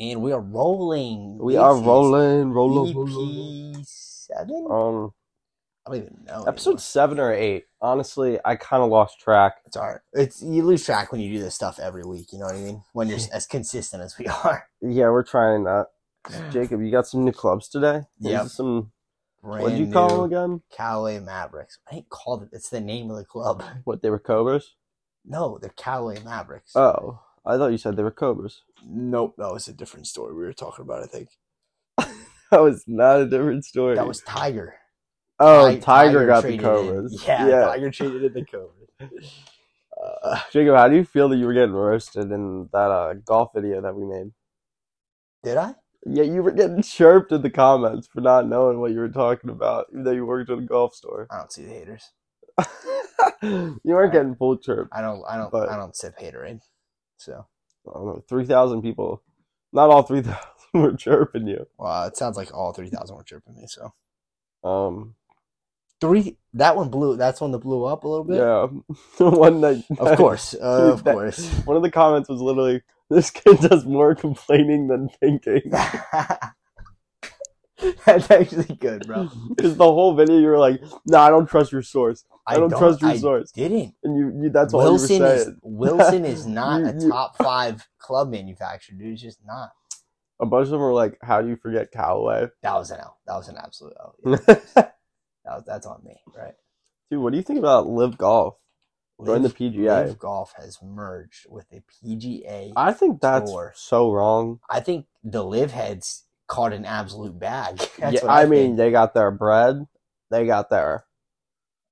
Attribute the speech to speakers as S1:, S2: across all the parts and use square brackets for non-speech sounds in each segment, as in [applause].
S1: and we are rolling.
S2: We
S1: This
S2: are
S1: is
S2: rolling, rolling, E
S1: EP seven.
S2: Um,
S1: I don't even know.
S2: episode
S1: anymore.
S2: seven or eight. Honestly, I kind of lost track.
S1: It's all right. It's you lose track when you do this stuff every week. You know what I mean? When
S2: [laughs]
S1: you're as consistent as we are.
S2: Yeah, we're trying that. Jacob, you got some new clubs today? These
S1: Yep.
S2: are Some.
S1: Brand
S2: What did you call them
S1: new
S2: again?
S1: Callaway Mavericks. I ain't called it. It's the name of the club. [laughs]
S2: What they were cobras?
S1: No, they're Callaway Mavericks.
S2: Oh, I thought you said they were cobras. [laughs]
S1: nope, that was a different story we were talking about. I think
S2: That was not a different story.
S1: that was Tiger.
S2: oh,
S1: Ti-
S2: Tiger, got the
S1: traded in-
S2: cobras.
S1: Yeah, Tiger traded in the
S2: [laughs]
S1: Cobras. Uh,
S2: Jacob, how do you feel that you were getting roasted in that uh, golf video that we made?
S1: did I?
S2: Yeah, you were getting chirped in the comments for not knowing what you were talking about, even though you worked at a golf store.
S1: I don't see the haters.
S2: [laughs] you weren't getting full chirp.
S1: I don't. I don't.
S2: But-
S1: I don't sip haterade. So,
S2: I don't know, 3,000 people. Not all 3,000 [laughs] were chirping you.
S1: well, it sounds like all three thousand were chirping me. So
S2: Um,
S1: three. That one blew. That's one that blew up a little bit.
S2: yeah. [laughs] One that,
S1: Of course. Uh, of
S2: That-
S1: course.
S2: [laughs]
S1: [laughs]
S2: One of the comments was literally, this kid does more complaining than thinking. [laughs]
S1: that's actually good, bro.
S2: Because the whole video, you were like, no, nah, I don't trust your source. I don't, trust your
S1: I
S2: source.
S1: Didn't.
S2: And you, you that's all
S1: Wilson
S2: you were
S1: is
S2: saying. [laughs]
S1: Wilson is not
S2: You-
S1: a
S2: you-
S1: top five club manufacturer, dude. It's just not.
S2: A bunch of them were like, how do you forget Callaway?
S1: That was an L. That was an absolute
S2: [laughs]
S1: L. Yeah,
S2: Dude,
S1: that was, that's on me, right?
S2: what do you think about live golf? Join the
S1: Live-
S2: PGA.
S1: Live Golf has merged with the PGA.
S2: I think that's
S1: Sure.
S2: so wrong.
S1: I think the live heads caught an absolute bag. [laughs] That's what
S2: Yeah, I,
S1: I,
S2: mean,
S1: think.
S2: they got their bread, they got their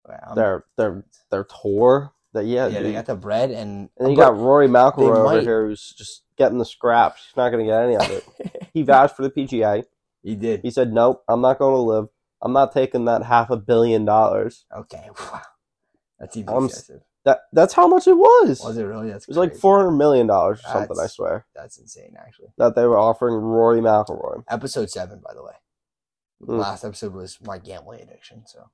S1: Well,
S2: their their their tour. That yeah,
S1: yeah,
S2: dude.
S1: they got the bread and
S2: and you
S1: but
S2: got Rory McIlroy over
S1: might-
S2: here who's just getting the scraps. He's not going to get any of it. he vouched for the PGA.
S1: [laughs] he did
S2: He said, "Nope, I'm not going to live. I'm not taking that half a billion dollars."
S1: okay. [laughs] Wow, that seems
S2: I'm s-
S1: excessive.
S2: That that's how much it was.
S1: Was
S2: it
S1: it really? That's
S2: was like
S1: crazy.
S2: four hundred million dollars or something. I
S1: That's-
S2: swear
S1: That's insane, actually.
S2: that they were offering Rory McIlroy.
S1: Episode seven, by the way.
S2: Mm.
S1: Last episode was my gambling addiction. So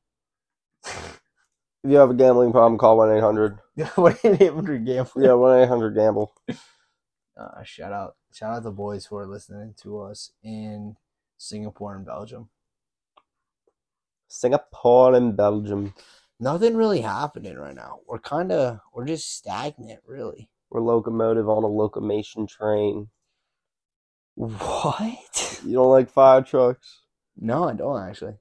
S1: [laughs]
S2: If you have a gambling problem, call one eight hundred.
S1: what an amateur gambling.
S2: Yeah, one eight hundred gamble.
S1: Uh, shout out, shout out the boys who are listening to us in Singapore and Belgium.
S2: Singapore and Belgium.
S1: Nothing really happening right now. We're kind of we're just stagnant, really.
S2: We're locomotive on a locomotion train. [laughs]
S1: What?
S2: You don't like fire trucks.
S1: No, I don't actually.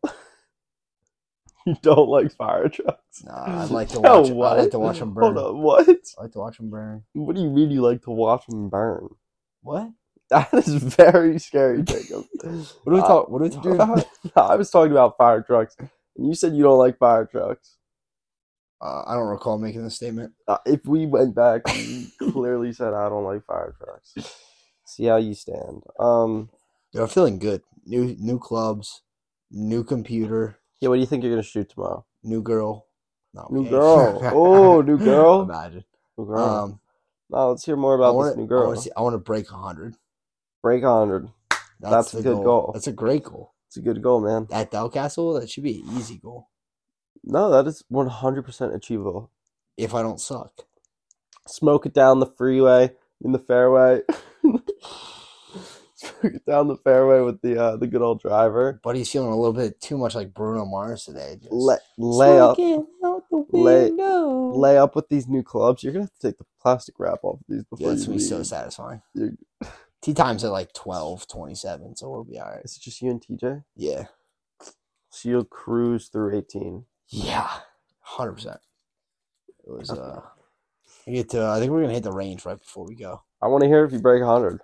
S2: You [laughs] don't like fire trucks.
S1: No,
S2: [laughs]
S1: I like to
S2: No,
S1: watch. I like to watch them burn.
S2: Hold on, what?
S1: I like to watch them burn.
S2: What do you mean you like to watch them burn? [laughs]
S1: What?
S2: That is very scary, Jacob. [laughs]
S1: What are we
S2: Uh,
S1: talk? What are we
S2: [laughs]
S1: Uh, talking
S2: Dude,
S1: about?
S2: I was talking about fire trucks, and you said you don't like fire trucks.
S1: Uh, I don't recall making the statement.
S2: Uh, if we went back, you clearly said I don't like fire trucks. See how you stand. Um,
S1: Dude, I'm feeling good. New new clubs, new computer,
S2: yeah. What do you think you're gonna shoot tomorrow?
S1: new girl. No, I'm
S2: New
S1: kidding. [laughs]
S2: girl. Oh, new girl?
S1: Imagine.
S2: New girl.
S1: Um,
S2: Now let's hear more
S1: I
S2: about
S1: wanna,
S2: this new
S1: I
S2: girl.
S1: wanna, see, I wanna break hundred.
S2: Break 100. That's a
S1: the
S2: good goal.
S1: That's a great goal.
S2: It's a good goal, man.
S1: At Delcastle, that should be an easy goal
S2: No, that is 100% achievable.
S1: if I don't suck.
S2: Smoke it down the freeway, in the fairway. [laughs] Smoke it down the fairway with the uh, the good old driver.
S1: But he's feeling a little bit too much like Bruno Mars today. Just,
S2: Lay, lay up. Lay-
S1: window.
S2: Lay up with these new clubs. You're going to have to take the plastic wrap off of these
S1: Yeah,
S2: before
S1: it's
S2: you
S1: gonna be so
S2: leave.
S1: satisfying.
S2: Dude.
S1: Tea times at like 12, 27, so we'll be all right.
S2: Is it just you and TJ?
S1: Yeah.
S2: So you'll cruise through 18.
S1: Yeah. 100%. It was, uh, I get to, I think we're gonna hit the range right before we go.
S2: I want to hear if you break 100.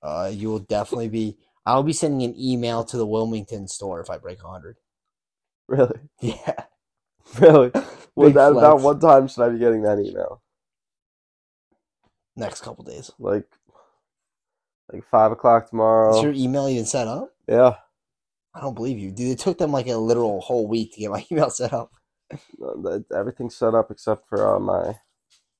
S1: Uh, you will definitely be, I'll be sending an email to the Wilmington store if I break
S2: [laughs]
S1: 100.
S2: [laughs] Really?
S1: Yeah. [laughs]
S2: Really? Well,
S1: Big
S2: that, about
S1: flex.
S2: what time should I be getting that email?
S1: Next couple days.
S2: like like five o'clock tomorrow.
S1: Is your email even set up?
S2: yeah,
S1: I don't believe you. Dude, it took them like a literal whole week to get my [laughs] email set up.
S2: Uh, that- everything's set up except for uh, my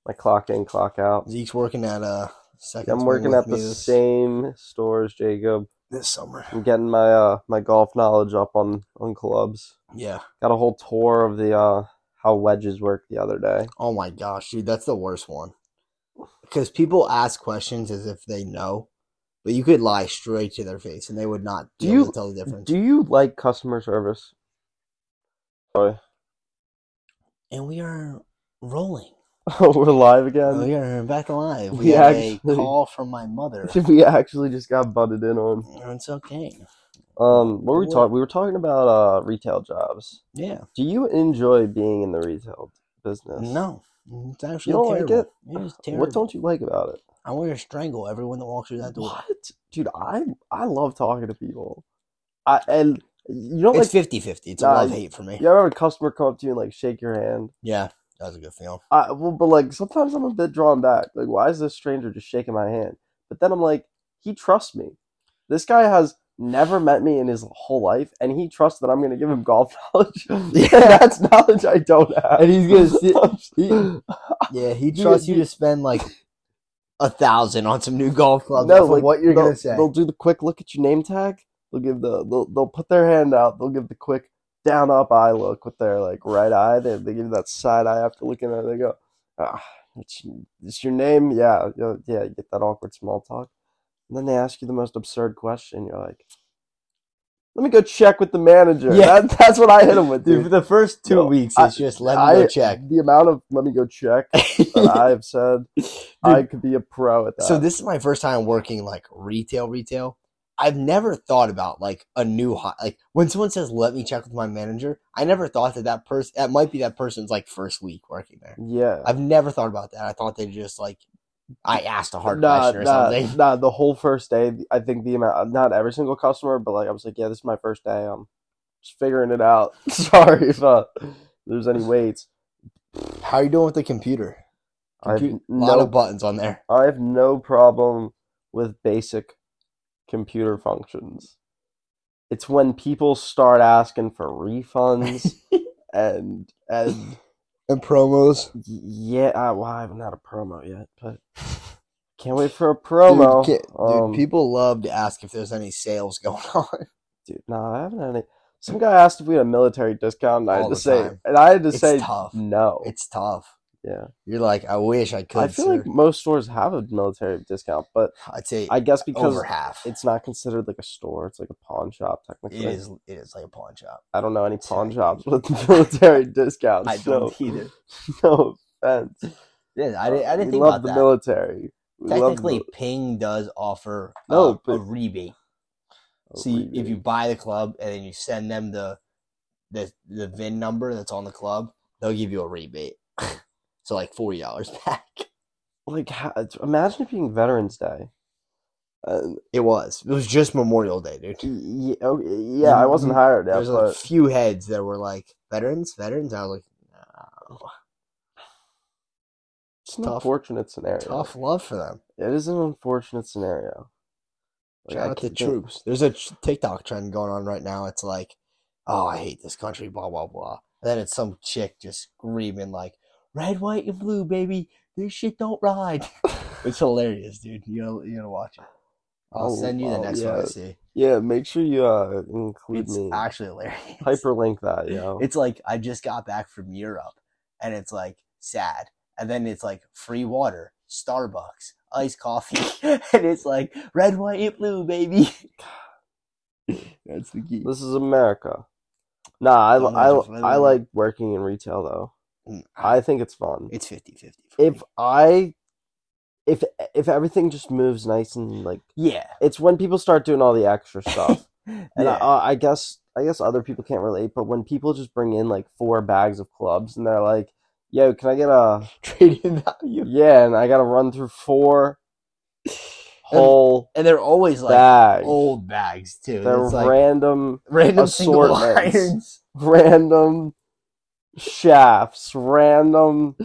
S2: my clock in, clock out.
S1: Zeke's working at, uh, second
S2: I'm
S1: swing
S2: working
S1: with
S2: at the
S1: me this-
S2: same stores, Jacob.
S1: this summer.
S2: I'm getting my uh my golf knowledge up on on clubs.
S1: Yeah.
S2: Got a whole tour of the uh how wedges work the other day.
S1: Oh my gosh, dude, that's the worst one. Because people ask questions as if they know, But you could lie straight to their face, and they would not
S2: Do
S1: be able
S2: you-
S1: to tell the difference.
S2: Do you like customer service? Sorry. [laughs]
S1: and we are rolling.
S2: Oh, we're live again.
S1: we are back alive.
S2: we
S1: We had a
S2: actually-
S1: call from my mother.
S2: [laughs] We actually just got butted in on.
S1: it's okay.
S2: Um, what were we
S1: What?
S2: talking? We were talking about uh retail jobs.
S1: Yeah.
S2: Do you enjoy being in the retail business?
S1: No, it's actually
S2: don't like
S1: terrible.
S2: it?
S1: It is terrible.
S2: What don't you like about it?
S1: I want to strangle everyone that walks through that door.
S2: What, dude? I I love talking to people. I and you don't
S1: It's
S2: like.
S1: 50 50. It's a
S2: Nah,
S1: love hate for me.
S2: You ever have a customer come up to you and like shake your hand?
S1: Yeah, that was a good feel.
S2: I well, but like sometimes I'm a bit drawn back. Like, why is this stranger just shaking my hand? But then I'm like, he trusts me. This guy has never met me in his whole life, and he trusts that I'm going to give him golf [laughs] knowledge. yeah, that's knowledge I don't have.
S1: And he's gonna sit-
S2: [laughs]
S1: he-
S2: no,
S1: Yeah, he
S2: Dude,
S1: trusts you
S2: dude.
S1: to spend like a thousand on some new golf clubs. off of
S2: like,
S1: what you're
S2: they'll-
S1: gonna say.
S2: They'll do the quick look at your name tag. They'll give the they'll, they'll put their hand out. They'll give the quick down up eye look with their like right eye. They they give you that side eye after looking at it. They go, ah, it's, it's your name. Yeah, yeah, yeah. You get that awkward small talk, and then they ask you the most absurd question. You're like, let me go check with the manager.
S1: Yeah.
S2: That, that's what I hit him with,
S1: Dude, for
S2: dude.
S1: the first two
S2: No,
S1: weeks,
S2: I-
S1: it's just [laughs] let me
S2: I-
S1: go [laughs] check.
S2: The amount of let me go check
S1: [laughs]
S2: that I've said, I could be a pro at that.
S1: so this is my first time working like retail, retail. I've never thought about like a new hot like when someone says let me check with my manager. I never thought that that person that might be that person's like first week working there.
S2: yeah.
S1: I've never thought about that. I thought they just like I asked a hard
S2: nah,
S1: question or
S2: nah,
S1: something.
S2: [laughs] Nah, the whole first day, I think the amount, not every single customer, but like I was like, yeah, this is my first day. I'm just figuring it out. [laughs] Sorry if uh, there's any waits.
S1: How are you doing with the computer?
S2: I have,
S1: Compu- a lot
S2: no,
S1: of buttons on there.
S2: I have no problem with basic computer functions. It's when people start asking
S1: [laughs]
S2: for
S1: Mm,
S2: refunds and and
S1: And promos.
S2: y- yeah, I, well, I haven't had a promo yet,
S1: [laughs]
S2: but can't wait for a promo.
S1: Dude, ki- dude,
S2: Um,
S1: people love to ask if there's any sales [laughs] going on.
S2: dude, no, I haven't had any. Some guy asked if we had a military discount, and I
S1: All
S2: had to
S1: the
S2: say,
S1: time.
S2: and I had to
S1: It's
S2: say,
S1: tough.
S2: no.
S1: It's tough.
S2: yeah,
S1: You're like, I wish I could.
S2: I feel
S1: sir."
S2: like most stores have a military discount, but
S1: I'd say
S2: I guess because
S1: over half.
S2: it's not considered like a store, it's like a pawn shop
S1: It
S2: technically.
S1: is. It is like a pawn shop.
S2: I don't know any pawn shops with [laughs] military discounts.
S1: I
S2: so,
S1: don't either.
S2: [laughs] No offense.
S1: [laughs] Yeah, I didn't. I didn't
S2: Uh, we
S1: think
S2: love
S1: about
S2: the
S1: that.
S2: military. We love the
S1: Technically, Ping does offer uh,
S2: No, but-
S1: a rebate.
S2: mil-
S1: So you, if you buy the club and then you send them the the the VIN number that's on the club, they'll give you a rebate. [laughs] so like forty dollars [laughs] back.
S2: like, ha- imagine it being Veterans Day. Uh, oh,
S1: It was. It was just Memorial Day, dude.
S2: yeah, yeah, I wasn't hired. Yeah,
S1: There's
S2: but
S1: a few heads that were like veterans, veterans. I was like, no.
S2: It's an
S1: Tough-
S2: unfortunate scenario.
S1: tough love for them.
S2: It is an unfortunate scenario. Like,
S1: Shout
S2: I
S1: out to
S2: can't-
S1: troops. There's a tr- TikTok trend going on right now. It's like, oh, I hate this country, blah blah blah. And then it's some chick just screaming like, red, white, and blue, baby. This shit don't ride.
S2: [laughs]
S1: it's hilarious, dude. You gotta, you gotta watch it. I'll
S2: Oh,
S1: send you the
S2: oh,
S1: next
S2: yeah.
S1: one I see.
S2: Yeah, make sure you uh, include
S1: It's
S2: me.
S1: actually hilarious.
S2: Hyperlink that, yo.
S1: [laughs] It's like I just got back from Europe and it's like sad. And then it's like free water, Starbucks, iced coffee, [laughs] and it's like red, white, and blue, baby. That's the key.
S2: This is America. Nah, I,
S1: Don't
S2: I,
S1: mention
S2: I
S1: Florida.
S2: like working in retail though. I think it's fun.
S1: mm, Ah, It's 50 50.
S2: If I, if if everything just moves nice and like,
S1: yeah.
S2: it's when people start doing all the
S1: [laughs]
S2: extra stuff.
S1: And
S2: And I, I guess I guess other people can't relate, but when people just bring in like four bags of clubs and they're like, "Yo, can I get a
S1: trading value.
S2: yeah?" and I gotta run
S1: [sighs]
S2: through four whole
S1: [laughs] And they're always like
S2: bags.
S1: old bags, too.
S2: they're
S1: it's like
S2: random, [laughs]
S1: random single
S2: assortments.
S1: irons.
S2: random shafts, random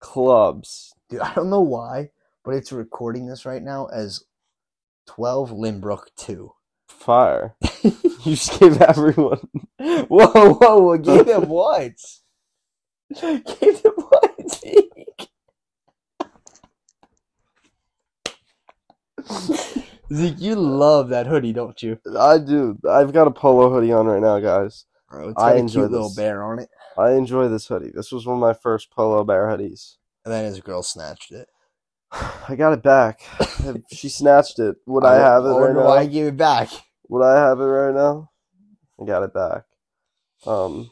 S2: clubs.
S1: Dude, I don't know why, but it's recording this right now as 12 Limbrook 2. [laughs]
S2: Fire! you just gave everyone. [laughs]
S1: Whoa, whoa, I gave them what? [laughs] Gave them what? Zeke? Zeke, you love that hoodie, don't you?
S2: I do. I've got a polo hoodie on right now, guys.
S1: Bro, it's
S2: I
S1: got a
S2: enjoy
S1: cute little
S2: this.
S1: bear on it.
S2: I enjoy this hoodie. This was one of my first polo bear hoodies. [sighs]
S1: And then his girl snatched it.
S2: I got it back. she snatched it. Would I, have it
S1: or
S2: right
S1: do
S2: now?
S1: I give it back?
S2: Would I have it right now? I got it back. Um,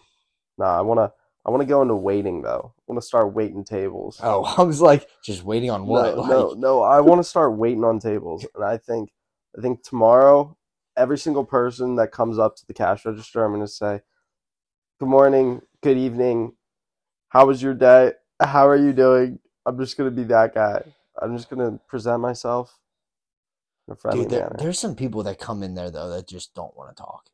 S2: nah, I wanna, I wanna go into waiting though. I wanna start waiting tables.
S1: Oh, I was like, just waiting on what?
S2: No,
S1: like,
S2: no, no, I want to start waiting on tables, and I think, I think tomorrow, every single person that comes up to the cash register, I'm gonna say, "Good morning, good evening, how was your day? How are you doing?" I'm just gonna be that guy. I'm just gonna present myself in a friendly
S1: dude, there,
S2: manner.
S1: there's some people that come in there though that just don't want to talk.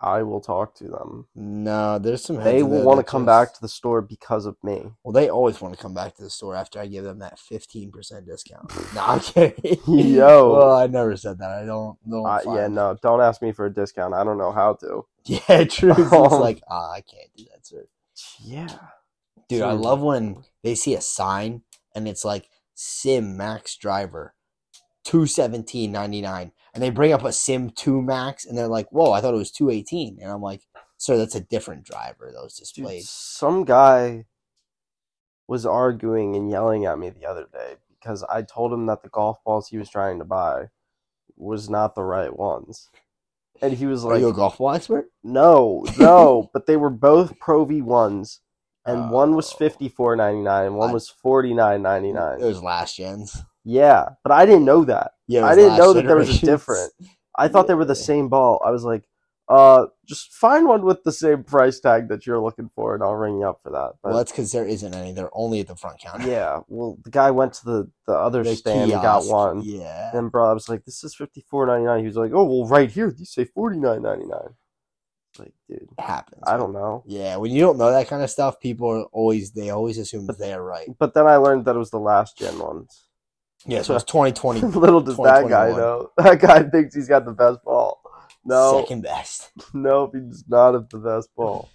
S2: I will talk to them.
S1: No, there's some. heads
S2: They
S1: in
S2: will
S1: there
S2: want to
S1: that just-
S2: come back to the store because of me.
S1: Well, they always want to come back to the store after I give them that fifteen percent
S2: [laughs]
S1: discount. no, I'm kidding.
S2: Yo.
S1: well, I never said that. I don't. don't
S2: Uh, yeah,
S1: find-
S2: no, don't ask me for a discount. I don't know how to.
S1: [laughs] Yeah, true.
S2: [laughs]
S1: It's
S2: Um,
S1: like ah, I can't do that, sir.
S2: Yeah.
S1: Dude, I
S2: Sure.
S1: love when they see a sign and it's like Sim Max Driver, two seventeen ninety nine, and they bring up a Sim Two Max, and they're like, "Whoa, I thought it was two eighteen," and I'm like, "Sir, that's a different driver. That was
S2: Dude,
S1: displayed."
S2: some guy was arguing and yelling at me the other day because I told him that the golf balls he was trying to buy was not the right ones. And he was
S1: Are
S2: like,
S1: you a golf ball expert?
S2: "No,
S1: [laughs]
S2: no, but they were both Pro V1s and one was
S1: Oh.
S2: 54.99 and one
S1: I-
S2: was 49.99."
S1: It was last gens.
S2: Yeah, but I didn't know that.
S1: Yeah, it
S2: I
S1: was
S2: didn't
S1: last
S2: know that there was a
S1: generations.
S2: different. I thought they were the
S1: Yeah.
S2: same ball. I was like, uh, just find one with the same price tag that you're looking for, and I'll ring you up for that. But
S1: Well, that's because there isn't any. They're only at the front counter.
S2: yeah, well, the guy went to the, the other
S1: The
S2: stand and got
S1: kiosk,
S2: one.
S1: Yeah.
S2: And bro, I was like, this is fifty four ninety nine. He was like, oh well, right here these say forty nine ninety nine. Like, dude,
S1: It happens.
S2: I don't know.
S1: Yeah, when you don't know that kind of stuff, people are always they always assume that they are
S2: [laughs]
S1: right.
S2: But then I learned that it was the last gen ones. [laughs]
S1: Yeah, so it's 2020
S2: Little does that guy
S1: 2021.
S2: know. [laughs] That guy thinks he's got the best ball. No, [laughs]
S1: second best.
S2: no, he does not have the best ball.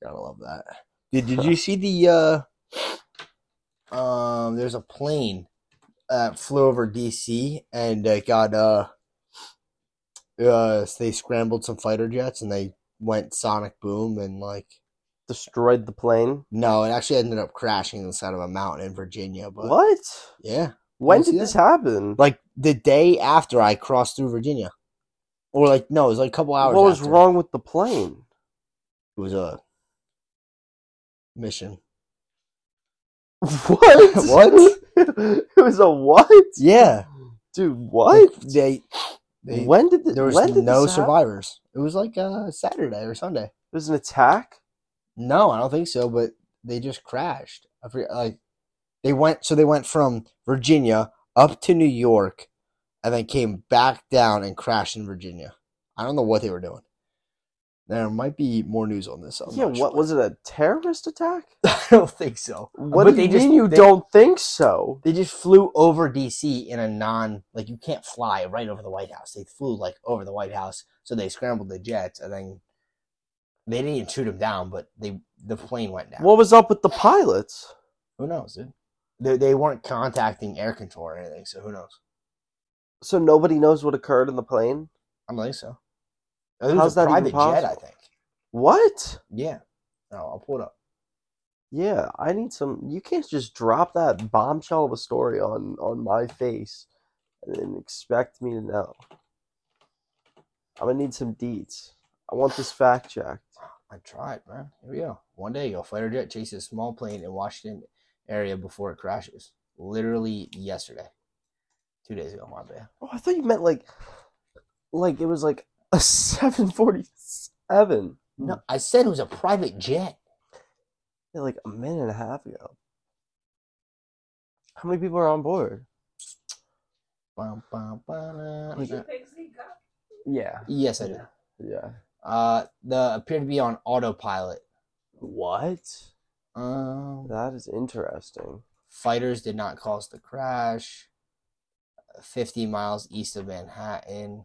S1: Gotta love that. Did Did
S2: [laughs]
S1: you see the? uh Um, there's a plane that flew over DC and it got uh, uh, they scrambled some fighter jets and they went sonic boom and like
S2: Destroyed the plane.
S1: no, it actually ended up crashing inside of a mountain in Virginia. But
S2: What?
S1: yeah,
S2: When
S1: you see
S2: did this happen?
S1: like the day after I crossed through Virginia, or like no, it was like a couple hours.
S2: what was
S1: after.
S2: wrong with the plane?
S1: It was a mission.
S2: [laughs] What?
S1: [laughs] What?
S2: [laughs] it was a what?
S1: Yeah,
S2: Dude, what?
S1: they. they
S2: when did the,
S1: there was
S2: when did
S1: no
S2: this happen?
S1: survivors. It was like uh, Saturday or Sunday.
S2: It was an attack.
S1: No, I don't think so. But they just crashed. I forget, like they went, so they went from Virginia up to New York, and then came back down and crashed in Virginia. I don't know what they were doing. There might be more news on this. I'm
S2: yeah,
S1: not
S2: what
S1: sure.
S2: was it? A terrorist attack?
S1: [laughs] I don't think so.
S2: What
S1: But
S2: do
S1: they
S2: you
S1: just-
S2: mean you
S1: they-
S2: don't think so?
S1: They just flew over DC in a non like you can't fly right over the White House. They flew like over the White House, so they scrambled the jets and then they didn't even shoot them down, but they the plane went down.
S2: What was up with the pilots?
S1: who knows, dude? They, they weren't contacting air control or anything, so who knows?
S2: So nobody knows what occurred in the plane.
S1: I don't think so. It was
S2: How's
S1: a
S2: that even
S1: private jet, I
S2: possible?
S1: think.
S2: What?
S1: Yeah. No, I'll pull it up.
S2: Yeah, I need some. You can't just drop that bombshell of a story on on my face and then expect me to know. I'm gonna need some deets. I want this fact checked.
S1: I tried, man. Here we go. One day ago, fighter jet chases small plane in Washington area before it crashes. Literally yesterday, two days ago, my bad.
S2: Oh, I thought you meant like, like it was like a [laughs] 747.
S1: No, I said it was a private jet.
S2: Yeah, like a minute and a half ago. How many people are on board?
S1: Bum, bum, ba-da.
S2: Like-
S1: Uh,
S2: Yeah,
S1: yes, I did.
S2: yeah.
S1: Uh, the appear to be on autopilot.
S2: What?
S1: Um,
S2: That is interesting.
S1: fighters did not cause the crash. Fifty miles east of Manhattan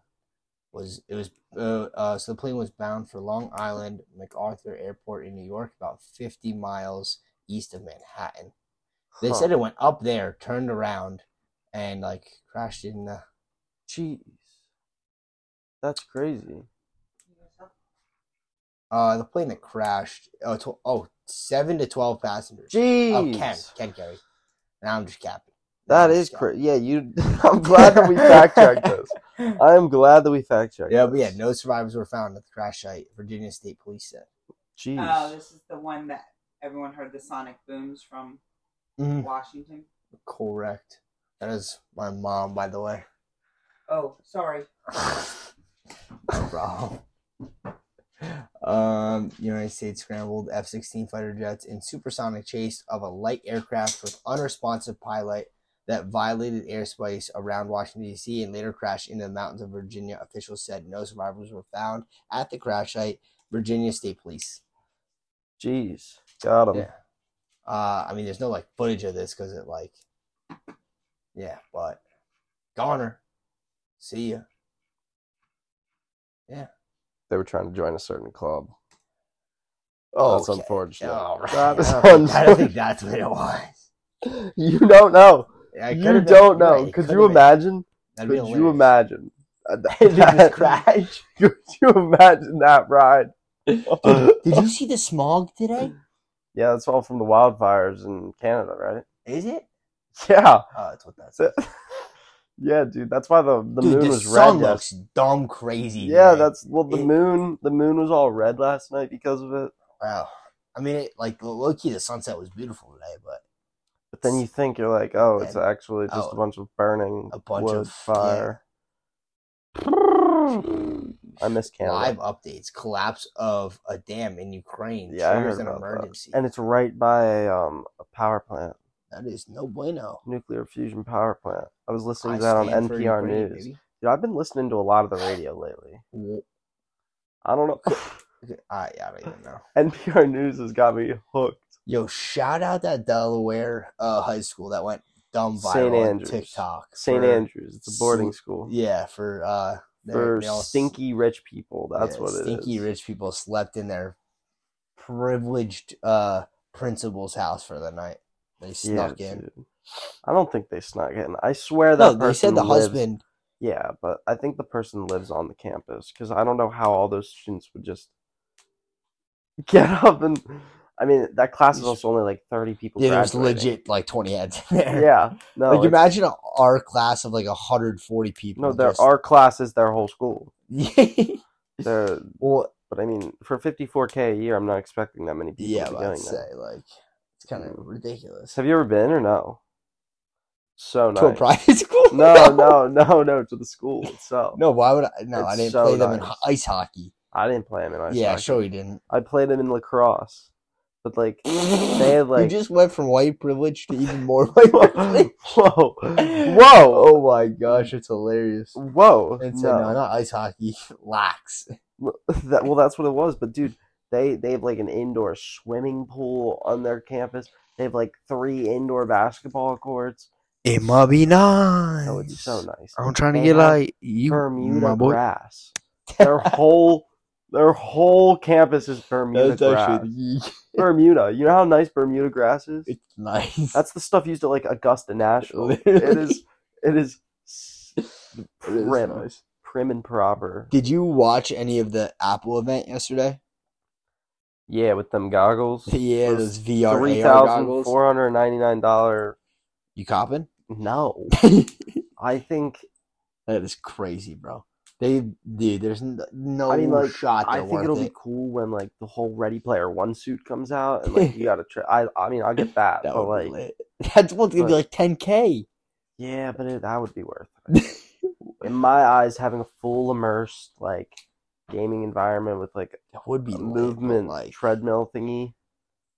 S1: was it was uh, uh so the plane was bound for Long Island MacArthur Airport in New York, about fifty miles east of Manhattan. They
S2: Huh.
S1: said it went up there, turned around, and like crashed in the
S2: Jeez, that's
S1: Oh,
S2: crazy.
S1: Uh, the plane that crashed. Oh, tw- oh, seven to twelve passengers.
S2: Jeez.
S1: Oh, Ken, Ken Carey. Now I'm just capping.
S2: That is crazy. Yeah, you. [laughs] I'm glad that we fact-checked
S1: [laughs]
S2: this. I am glad that we fact-checked.
S1: Yeah, but yeah,
S2: this.
S1: no survivors were found at the crash site. Virginia State Police said.
S2: Jeez.
S3: Oh, this is the one that everyone heard the sonic booms from Mm-hmm.
S1: Mhm.
S3: Washington.
S1: Correct. That is my mom, by the way. [laughs]
S3: Oh, sorry.
S1: No problem. Um, United States scrambled F 16 fighter jets in supersonic chase of a light aircraft with unresponsive pilot that violated airspace around Washington, D.C. and later crashed into the mountains of Virginia. Officials said no survivors were found at the crash site, Virginia State Police.
S2: Jeez. Got him.
S1: Yeah. Uh, I mean, there's no like footage of this because it like, yeah, but goner. See ya.
S2: They were trying to join a certain club. Oh, that's
S1: Okay.
S2: unfortunate.
S1: All right.
S2: That is
S1: [laughs] I don't think- I don't
S2: unfortunate.
S1: think that's what it was.
S2: [laughs] You don't know.
S1: I
S2: You
S1: could've
S2: don't
S1: been-
S2: know.
S1: right, it
S2: Could
S1: could've
S2: you
S1: been-
S2: imagine?
S1: that'd
S2: Could
S1: be
S2: you
S1: hilarious.
S2: imagine? Uh,
S1: [laughs] Did this
S2: that-
S1: crash?
S2: [laughs] Could you imagine
S1: [laughs]
S2: that ride? [laughs]
S1: Did you see the smog today?
S2: yeah, that's all from the wildfires in Canada, right?
S1: Is it?
S2: [laughs] Yeah,
S1: Oh, that's what that's.
S2: That- yeah, dude. That's why the the
S1: Dude,
S2: moon
S1: the
S2: was red.
S1: sun
S2: yes-
S1: looks dumb crazy.
S2: yeah,
S1: today.
S2: that's well. The
S1: It-
S2: moon, the moon was all red last night because of it.
S1: wow. I mean, it, like low key, the sunset was beautiful today, but
S2: But then you think you're like, oh, it's
S1: And-
S2: actually just
S1: oh,
S2: a bunch of burning
S1: a bunch
S2: wood
S1: of
S2: fire. I miss Canada.
S1: Live updates: collapse of a dam in Ukraine
S2: Yeah, I
S1: triggers
S2: heard
S1: an
S2: about that.
S1: emergency.
S2: and it's right by a um a power plant,
S1: that is no bueno.
S2: nuclear fusion power plant. I was listening
S1: I
S2: to that on
S1: stand for
S2: NPR
S1: Ukraine,
S2: News.
S1: baby.
S2: Dude, I've been listening to a lot of the radio lately.
S1: Wh-
S2: I don't know.
S1: [laughs]
S2: [laughs]
S1: I, I don't even know.
S2: NPR News has got me hooked.
S1: Yo, shout out that Delaware uh, high school that went dumb viral
S2: St.
S1: on
S2: Andrews.
S1: TikTok.
S2: St.
S1: for-
S2: Andrews. It's a boarding
S1: sl-
S2: school
S1: Yeah, for uh, they-
S2: for
S1: they all s-
S2: stinky rich people. That's
S1: yeah,
S2: what it is.
S1: stinky rich people slept in their privileged uh principal's house for the night. They
S2: Yeah,
S1: snuck in.
S2: dude. I don't think they snuck in. I swear
S1: No,
S2: that
S1: they
S2: person
S1: said the
S2: lives-
S1: husband.
S2: Yeah, but I think the person lives on the campus because I don't know how all those students would just [laughs] get up and. I mean, that class is also only like thirty people.
S1: Yeah, there was
S2: graduating.
S1: legit [laughs] like twenty heads in there.
S2: Yeah, no,
S1: like
S2: it's-
S1: imagine a, our class of like hundred forty people.
S2: no. There
S1: just- [laughs]
S2: are classes, their whole school. There,
S1: well,
S2: but I mean, for fifty-four k a year, I'm not expecting that many people
S1: yeah,
S2: to be
S1: but I'd
S2: doing
S1: say
S2: that.
S1: like it's kind of
S2: Mm.
S1: ridiculous.
S2: Have you ever been or no? So
S1: to a [laughs]
S2: nice.
S1: private school?
S2: No, no, no, no. To the school itself.
S1: No, why would I? No, I
S2: It's
S1: didn't
S2: so
S1: play them in
S2: nice.
S1: ho- ice hockey.
S2: I didn't play him in ice
S1: yeah,
S2: hockey.
S1: sure you didn't.
S2: I played him in lacrosse,
S1: [laughs]
S2: but like they had
S1: you
S2: like
S1: just went from white privilege to even more
S2: [laughs]
S1: white privilege.
S2: whoa,
S1: [laughs]
S2: whoa,
S1: Oh my gosh, it's hilarious.
S2: whoa.
S1: And said, no.
S2: no.
S1: not ice hockey. [laughs] Lax.
S2: That, well, that's what it was. But dude, they they have like an indoor swimming pool on their campus. They have like three indoor basketball courts.
S1: It might be nice.
S2: Oh, it's so nice.
S1: I'm trying
S2: They have
S1: you,
S2: Bermuda
S1: [laughs]
S2: grass. Their whole their whole campus is Bermuda
S1: That's
S2: grass.
S1: [laughs] actually
S2: [laughs] Bermuda. You know how nice Bermuda grass is.
S1: it's nice.
S2: That's the stuff used at like
S1: [laughs]
S2: Augusta National. It
S1: Literally.
S2: is it is s-
S1: [laughs] It is
S2: prim,
S1: nice.
S2: prim and proper.
S1: Did you watch any of the Apple event yesterday?
S2: Yeah, with them goggles.
S1: [laughs] Yeah,
S2: Those
S1: those VR
S2: Three
S1: AR
S2: thousand
S1: goggles.
S2: four hundred ninety nine dollar.
S1: You copping? [laughs]
S2: No, I think
S1: That is crazy, bro. They dude, there's n- no
S2: I mean, like,
S1: shot
S2: I
S1: they're
S2: think
S1: worth
S2: it'll be
S1: it.
S2: cool when like the whole Ready Player One suit comes out
S1: [laughs]
S2: and like you gotta try. I I mean I'll get that,
S1: That
S2: but
S1: would
S2: like
S1: be lit. [laughs] That's what's gonna be
S2: but-
S1: like 10k. [laughs]
S2: yeah, but it, that would be worth. it. In my eyes, having a full immersed like gaming environment with like
S1: That would be
S2: a
S1: lit, but,
S2: movement
S1: like
S2: treadmill thingy.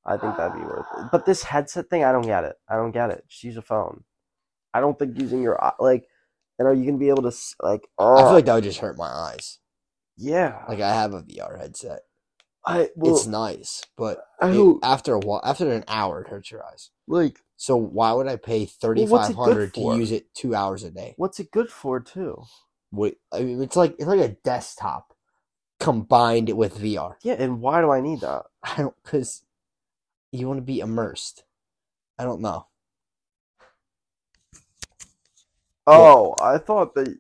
S2: I think that'd be worth it. But this headset thing, I don't get it. I don't get it. Just use a phone. I don't think using your eye, like, and are you gonna be able to s- like? Oh,
S1: I feel like that would just hurt my eyes.
S2: yeah.
S1: Like I have a VR headset.
S2: I well,
S1: it's nice, but
S2: I
S1: it-
S2: don't
S1: after a while, after an hour, it hurts your eyes.
S2: like.
S1: So why would I pay thirty
S2: what's it
S1: five
S2: good
S1: hundred
S2: for?
S1: to use it two hours a day?
S2: What's it good for too?
S1: What I mean, it's like it's like a desktop combined with VR.
S2: Yeah, and why do I need that?
S1: I don't because you want to be immersed. I don't know.
S2: Oh, I thought the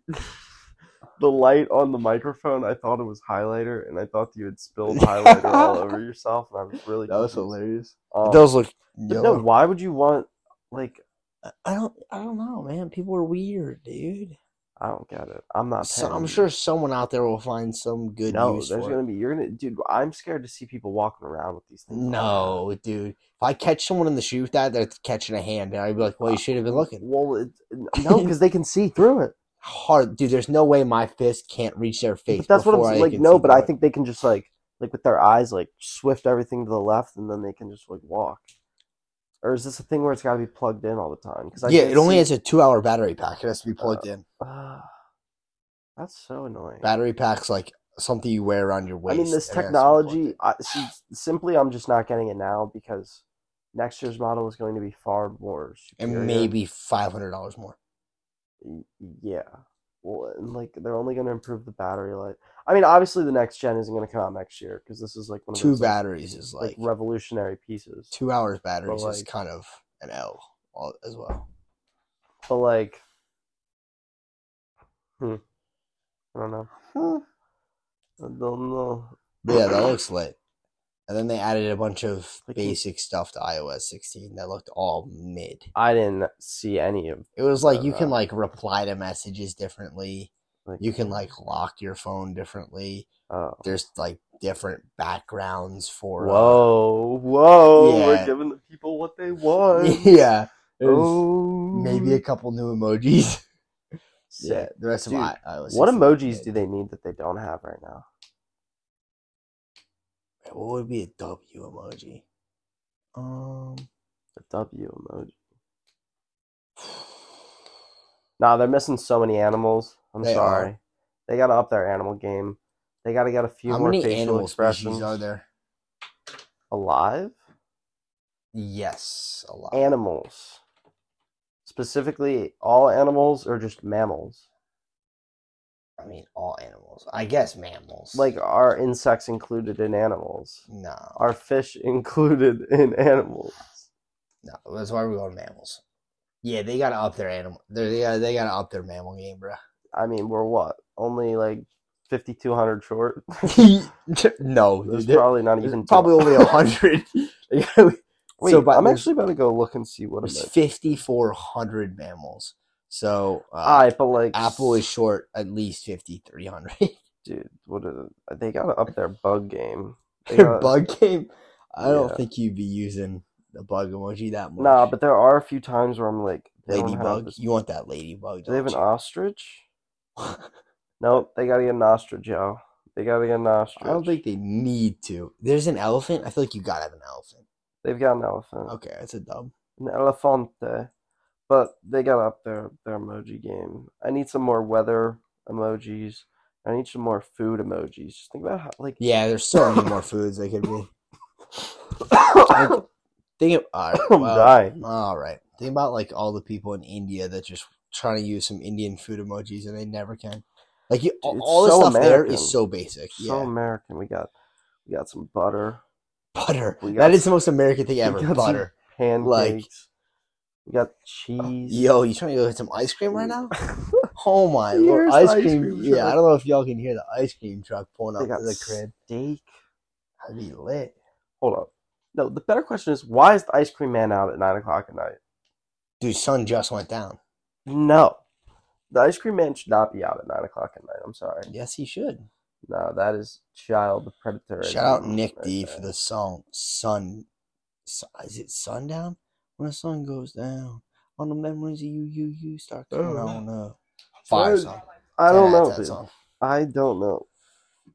S2: [laughs] the light on the microphone. I thought it was highlighter, and I thought you
S1: [laughs]
S2: had spilled highlighter all over yourself, and I was really. confused.
S1: hilarious.
S2: Um,
S1: Those look
S2: But no, why would you want like
S1: I- I don't. I don't know, man. People are weird, dude.
S2: I don't get it. I'm not.
S1: So, I'm
S2: paying.
S1: sure someone out there will find some good
S2: No,
S1: use
S2: there's
S1: for it.
S2: gonna be. You're gonna, dude. I'm scared to see people walking around with these things. on.
S1: No, dude. If I catch someone in the shoe with that, they're catching a hand. And I'd be like, well, you should have been looking.
S2: Well, it,
S1: [laughs]
S2: no, because they can see through it.
S1: Hard, dude. There's no way my fist can't reach their face.
S2: But that's what I'm
S1: before
S2: saying.
S1: I
S2: Like,
S1: can
S2: no,
S1: see
S2: but I
S1: through it.
S2: think they can just like, like with their eyes, like swift everything to the left, and then they can just like walk. Or is this a thing where it's got to be plugged in all the time? Because
S1: yeah, it only has a two-hour battery pack. It has to
S2: Uh,
S1: be plugged in.
S2: [sighs] that's so annoying.
S1: Battery pack's like something you wear around your
S2: I
S1: waist.
S2: mean, this
S1: and it has to be plugged
S2: technology.
S1: in.
S2: I, see, simply, I'm just not getting it now because next year's model is going to be far more superior.
S1: and maybe five hundred dollars more.
S2: Y- Yeah. Well, and like they're only going to improve the battery life. I mean, obviously the next gen isn't going to come out next year because this is like one of
S1: Two
S2: those, like,
S1: batteries is
S2: like,
S1: like
S2: revolutionary pieces.
S1: two hours batteries is
S2: like-
S1: kind of an L all- as well.
S2: [clears throat] But like, hmm, I don't know. I don't know.
S1: But yeah, that looks lit. And then they added a bunch of
S2: Like-
S1: basic stuff to iOS 16 that looked all mid.
S2: I didn't see any of
S1: It was like you
S2: Uh,
S1: can like reply to messages differently.
S2: like
S1: You can like lock your phone differently.
S2: Oh.
S1: There's like different backgrounds for. uh,
S2: Whoa, whoa! We're
S1: Yeah.
S2: giving the people what they want.
S1: [laughs] yeah. There's
S2: oh,
S1: maybe a couple new emojis. [laughs] yeah.
S2: Sick.
S1: The rest
S2: Dude,
S1: of I, iOS.
S2: What
S1: 16
S2: emojis do
S1: did.
S2: they need that they don't have right now?
S1: What would be a W emoji? Um.
S2: The W emoji. [sighs] Nah, they're missing so many animals. I'm
S1: They
S2: sorry. They gotta up their animal game. They gotta get a few
S1: How
S2: more
S1: many
S2: facial
S1: animal
S2: expressions.
S1: species are there?
S2: Alive?
S1: Yes, a lot.
S2: Animals. Specifically all animals or just mammals?
S1: I mean, all animals. I guess mammals.
S2: Like are insects included in animals?
S1: no,
S2: Are fish [laughs] included in animals?
S1: no. That's why we're going mammals. Yeah, they gotta up their animal. They they gotta, they gotta up their mammal game, bro.
S2: I mean, we're what? Only like fifty two hundred short?
S1: [laughs] no,
S2: There's
S1: dude,
S2: probably not
S1: there's
S2: even
S1: probably only a hundred. [laughs]
S2: Wait,
S1: so by-
S2: I'm
S1: there's-
S2: actually about to go look and see what it
S1: There's
S2: is.
S1: fifty four hundred mammals. So uh,
S2: Alright, but like
S1: Apple is short at least fifty three hundred. [laughs]
S2: dude, what are the- they gotta up their bug game. They
S1: Their
S2: gotta-
S1: bug game. I don't
S2: Yeah.
S1: think you'd be using the bug emoji that much.
S2: Nah, but there are a few times where I'm like, they don't have
S1: ladybug.
S2: this-
S1: You want that ladybug?
S2: Do they have an
S1: don't [laughs]
S2: ostrich?
S1: you?
S2: Nope, they gotta get an ostrich, yo. They gotta get an ostrich.
S1: I don't think they need to. There's an elephant. I feel like you gotta have an elephant.
S2: they've got an elephant,
S1: Okay, that's a dub.
S2: an elefante, but they gotta up their their emoji game. I need some more weather emojis. I need some more food emojis. Just think about how like
S1: Yeah, there's so many
S2: [laughs]
S1: more foods they could be.
S2: [coughs] I'm
S1: Think of all
S2: [laughs]
S1: right, well,
S2: dying.
S1: all right. Think about like all the people in India that just trying to use some Indian food emojis and they never can. Like you, all,
S2: Dude,
S1: all the
S2: so
S1: stuff there
S2: American.
S1: is so basic.
S2: So
S1: yeah,
S2: American. We got we got some butter,
S1: butter.
S2: we got
S1: That is the most American thing ever.
S2: got some-
S1: Butter.
S2: pancakes.
S1: Like- Oh,
S2: we got cheese.
S1: Yo, you trying to go get some ice cream right
S2: [laughs]
S1: now? Oh my lord,
S2: Here's
S1: ice
S2: the ice
S1: cream!
S2: cream
S1: yeah,
S2: truck.
S1: I don't know if y'all can hear the ice cream truck pulling up
S2: they
S1: to
S2: got
S1: the crib.
S2: steak.
S1: I'd be lit.
S2: Hold up. No, the better question is why is the ice cream man out at nine o'clock at night?
S1: Dude, sun just went down.
S2: No. The ice cream man should not be out at nine o'clock at night. I'm sorry.
S1: Yes, he should.
S2: No, that is child predator.
S1: Shout out Nick D for the song "Sun." Su- Is it sundown? When the sun goes down, on the memories of you, you, you start
S2: I
S1: coming on
S2: don't
S1: up. Fire
S2: Dude,
S1: song.
S2: Oh. I don't
S1: Ten out of
S2: know,
S1: ten
S2: dude.
S1: song.
S2: I don't know.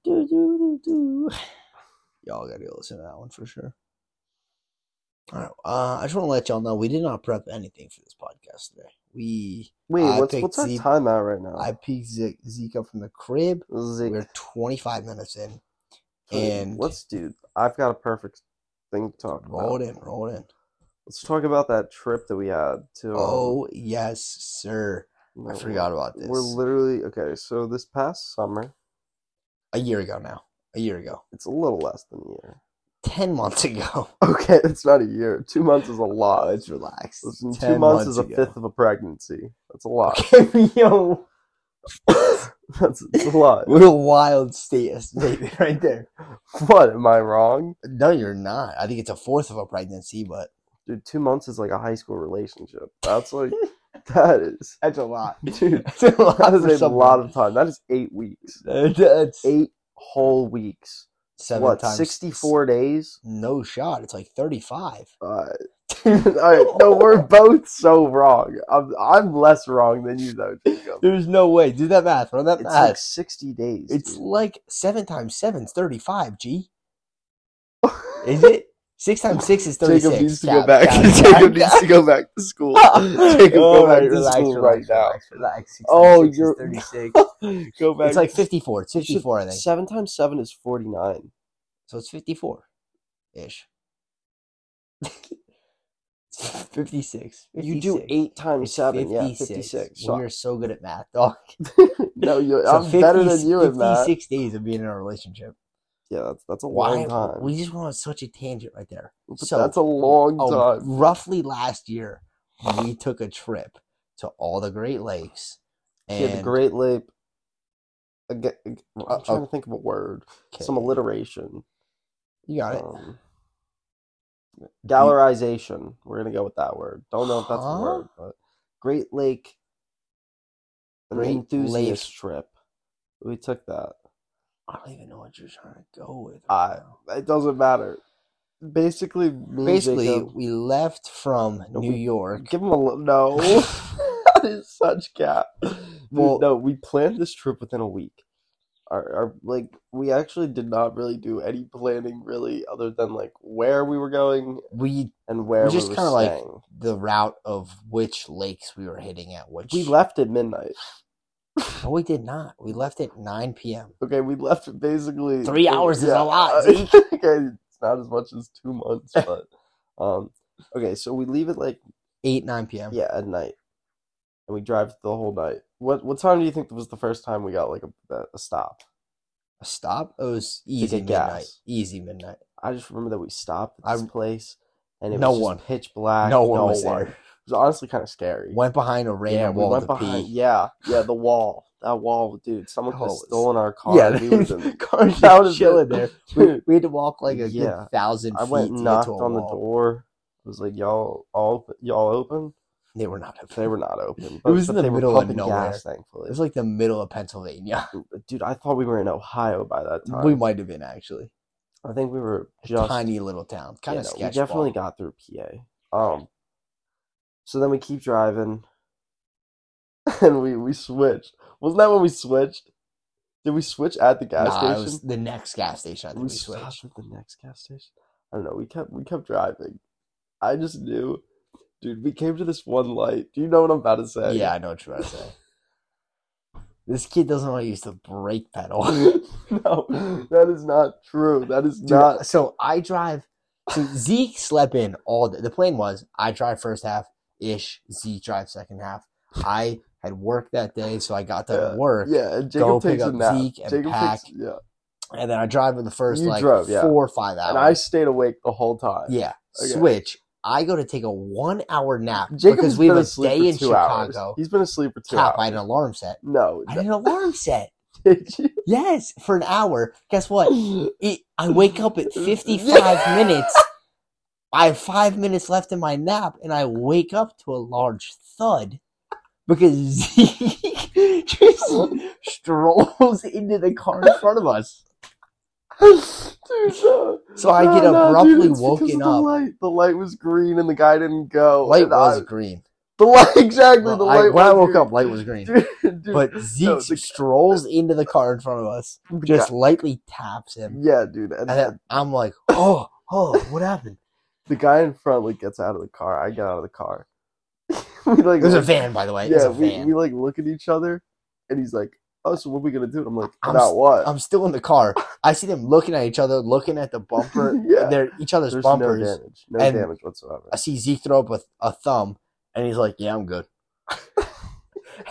S1: Do, do, do, do. Y'all gotta go listen to that one for sure. All right. Uh, I just want to let y'all know we did not prep anything for this podcast today. We
S2: Wait,
S1: I
S2: what's
S1: picked
S2: what's our
S1: Z-
S2: timeout right now?
S1: I picked Zeke, Zeke up from the crib.
S2: Zig-
S1: We're 25 minutes in.
S2: Wait,
S1: and-
S2: let's do. I've got a perfect thing to talk about.
S1: Roll it in. Roll it in.
S2: Let's talk about that trip that we had to. um,
S1: Oh yes, sir.
S2: no,
S1: I forgot about this.
S2: We're literally okay. So this past summer,
S1: a year ago now. A year ago.
S2: it's a little less than a year. [laughs]
S1: Ten months [laughs] ago.
S2: Okay, it's not a year. Two months is a lot.
S1: Let's relax.
S2: Listen, Oh, two
S1: 10
S2: months, is a
S1: ago.
S2: fifth of a pregnancy. That's a lot.
S1: [laughs]
S2: [laughs]
S1: Okay, yo,
S2: That's, that's a lot.
S1: what a wild state [laughs] statement right there.
S2: [laughs] What am I wrong? [laughs]
S1: No, you're not. I think it's a fourth of a pregnancy, but
S2: Dude, two months is like a high school relationship.
S1: [laughs]
S2: That's like that is
S1: That's a [laughs] lot.
S2: [laughs] dude. [laughs]
S1: That's a lot.
S2: That is
S1: for
S2: a
S1: someone.
S2: lot of time. That is eight weeks.
S1: That- That's
S2: Eight whole weeks.
S1: seven
S2: what?
S1: times
S2: Sixty-four days.
S1: No shot. It's like thirty-five.
S2: Uh, all right. [laughs] No,
S1: [laughs]
S2: we're both so wrong. I'm I'm less wrong than you though, Jacob.
S1: There's no way. Do that math. Run that
S2: It's
S1: math.
S2: like sixty days.
S1: it's [laughs]
S2: dude.
S1: like seven times seven's thirty-five. G. Is it? Six times six is thirty-six.
S2: Jacob needs to
S1: Cap,
S2: go back.
S1: cap, cap,
S2: [laughs] Jacob needs
S1: cap.
S2: to go back to
S1: [laughs]
S2: school.
S1: Jacob,
S2: Jacob, go back
S1: Oh,
S2: to
S1: relax,
S2: school
S1: relax,
S2: right
S1: Relax, relax. Six
S2: Oh,
S1: times six is
S2: you're-
S1: 36.
S2: now. [laughs] Go back.
S1: it's like 54. It's
S2: You should-
S1: 54, I think.
S2: Seven times seven is forty nine.
S1: So it's 54 [laughs] ish. 56.
S2: You do
S1: 56.
S2: eight times
S1: It's
S2: seven, yeah, fifty six.
S1: We are so good at math, dog.
S2: no, you,
S1: So
S2: [laughs] I'm better
S1: 50
S2: than you in that.
S1: 56 days of being in a relationship.
S2: Yeah, that's, that's a
S1: Why?
S2: long time.
S1: We just went on such a tangent right there.
S2: But
S1: so-
S2: that's a long
S1: Oh,
S2: time.
S1: roughly last year, we took a trip to all the Great Lakes.
S2: Yeah,
S1: And
S2: the Great Lake. Aga I'm
S1: Uh,
S2: trying to think of a word.
S1: okay,
S2: Some alliteration.
S1: you got it.
S2: Um, Gallerization. We're gonna go with that word. Don't know if that's
S1: Huh?
S2: a word, but Great Lake. An
S1: Great
S2: enthusiast trip. We took that.
S1: I don't even know what you're trying to go with.
S2: I- It doesn't matter. Basically, me and
S1: Basically,
S2: Jacob-
S1: we left from
S2: No,
S1: New
S2: we- [laughs]
S1: York.
S2: give him a little no. [laughs]
S1: [laughs]
S2: that is such cap. Dude,
S1: Well-
S2: no, we planned this trip within a week. Our, our like we actually did not really do any planning really, other than like where we were going
S1: We
S2: and where
S1: We
S2: we,
S1: just
S2: were
S1: kinda, like,
S2: staying.
S1: the route of which lakes we were hitting at which
S2: We left at midnight.
S1: No, we did not. We left at nine p.m.
S2: Okay, we left at basically uh,
S1: Three hours is a lot,
S2: [laughs] okay,
S1: Zeke.
S2: it's not as much as
S1: [laughs]
S2: two months, but um, okay, so we leave at like
S1: Eight nine p.m.
S2: Yeah, at night, and we drive the whole night. What what time do you think was the first time we got like a, a stop?
S1: A stop. It was easy
S2: get
S1: midnight.
S2: gas.
S1: Easy midnight.
S2: I just remember that we stopped at this
S1: I-
S2: place, and it
S1: No
S2: was just
S1: one.
S2: pitch black.
S1: no one was
S2: one.
S1: there.
S2: It was honestly kind of scary.
S1: Went behind a random
S2: yeah,
S1: wall
S2: we went
S1: to [laughs]
S2: behind.
S1: pee.
S2: Yeah, yeah, the wall. That wall, dude. Someone could
S1: Oh,
S2: have
S1: it's-
S2: stolen our car.
S1: yeah,
S2: we
S1: [laughs]
S2: would've
S1: the
S2: been-
S1: car
S2: [laughs]
S1: was
S2: That would've
S1: just chilling
S2: been-
S1: there. We,
S2: Dude,
S1: we had to walk like a
S2: Yeah.
S1: good thousand feet.
S2: I
S1: to
S2: went and
S1: get
S2: knocked
S1: to a
S2: on the
S1: wall.
S2: door. I was like, y'all, all y'all open?
S1: They were not. Open.
S2: They were not open. but-
S1: was in the
S2: but they were
S1: middle of
S2: pumping
S1: nowhere.
S2: Gas,
S1: It
S2: thankfully,
S1: was like the middle of Pennsylvania.
S2: dude, I thought we were in Ohio by that [laughs] time.
S1: We might have been actually
S2: I think we were
S1: a
S2: just
S1: tiny little town, kind of
S2: yeah, no,
S1: sketchy.
S2: We definitely got through PA. Um, so then we keep driving, [laughs] and we we switched. Wasn't that when we switched? Did we switch at the gas
S1: Nah, it
S2: station?
S1: was the next gas station. I
S2: we,
S1: think we switched.
S2: stopped at the next gas station. I don't know. We kept we kept driving. I just knew, dude. We came to this one light. Do you know what I'm about to say?
S1: Yeah, I know what you're about to say. [laughs] This kid doesn't want to use the brake pedal.
S2: [laughs]
S1: [laughs]
S2: no, that is not true. That is
S1: Dude,
S2: not.
S1: so I drive. So Zeke slept in all day. The plan was I drive first half ish, Zeke drive second half. I had work that day, so I got to
S2: Yeah,
S1: work,
S2: Yeah, and
S1: go
S2: Jacob
S1: pick
S2: takes a
S1: up
S2: nap.
S1: Zeke and
S2: Jacob
S1: pack.
S2: takes yeah.
S1: and then I drive for the first
S2: You
S1: like
S2: drove, yeah.
S1: four or five hours.
S2: and I stayed awake the whole time.
S1: yeah,
S2: Okay.
S1: switch. I go to take a one hour nap
S2: Jacob's
S1: because we
S2: been
S1: have a
S2: asleep
S1: day
S2: for
S1: in
S2: two
S1: Chicago.
S2: Hours. He's been asleep for two
S1: Cap, I
S2: hours.
S1: had an alarm set.
S2: No,
S1: [laughs]
S2: [laughs]
S1: I had an alarm set.
S2: did you?
S1: Yes, for an hour. Guess what? it, I wake up at 55
S2: [laughs] Yeah.
S1: minutes. I have five minutes left in my nap, and I wake up to a large thud because [laughs] Zeke just strolls into the car in front of us.
S2: Dude, no.
S1: So I get
S2: No, no,
S1: abruptly
S2: dude, it's because of
S1: woken
S2: the
S1: up.
S2: Light. The light was green and the guy didn't go.
S1: Light
S2: And
S1: was
S2: I-
S1: green.
S2: the light [laughs] exactly.
S1: Well,
S2: the
S1: I-
S2: light
S1: when I
S2: was
S1: woke
S2: green.
S1: up, light was green.
S2: [laughs] Dude, dude,
S1: But Zeke
S2: the-
S1: strolls into the car in front of us,
S2: the
S1: just
S2: guy-
S1: lightly taps him,
S2: yeah, dude. And,
S1: and then I'm like, "Oh, oh, what happened?"
S2: the guy in front like gets out of the car. I get out of the car. [laughs] we like
S1: There's a
S2: look-
S1: van, by the way. There's
S2: Yeah,
S1: a
S2: we,
S1: van.
S2: we like look at each other, and he's like, "Oh, so what are we gonna do?" And I'm like,
S1: I'm
S2: "About
S1: s-
S2: what?" [laughs]
S1: I'm still in the car. I see them looking at each other, looking at the bumper,
S2: [laughs] Yeah.
S1: their each other's
S2: There's
S1: bumpers.
S2: no damage, no
S1: and-
S2: damage whatsoever.
S1: I see Zeke throw up a, a thumb, and he's like, "Yeah, I'm good." [laughs]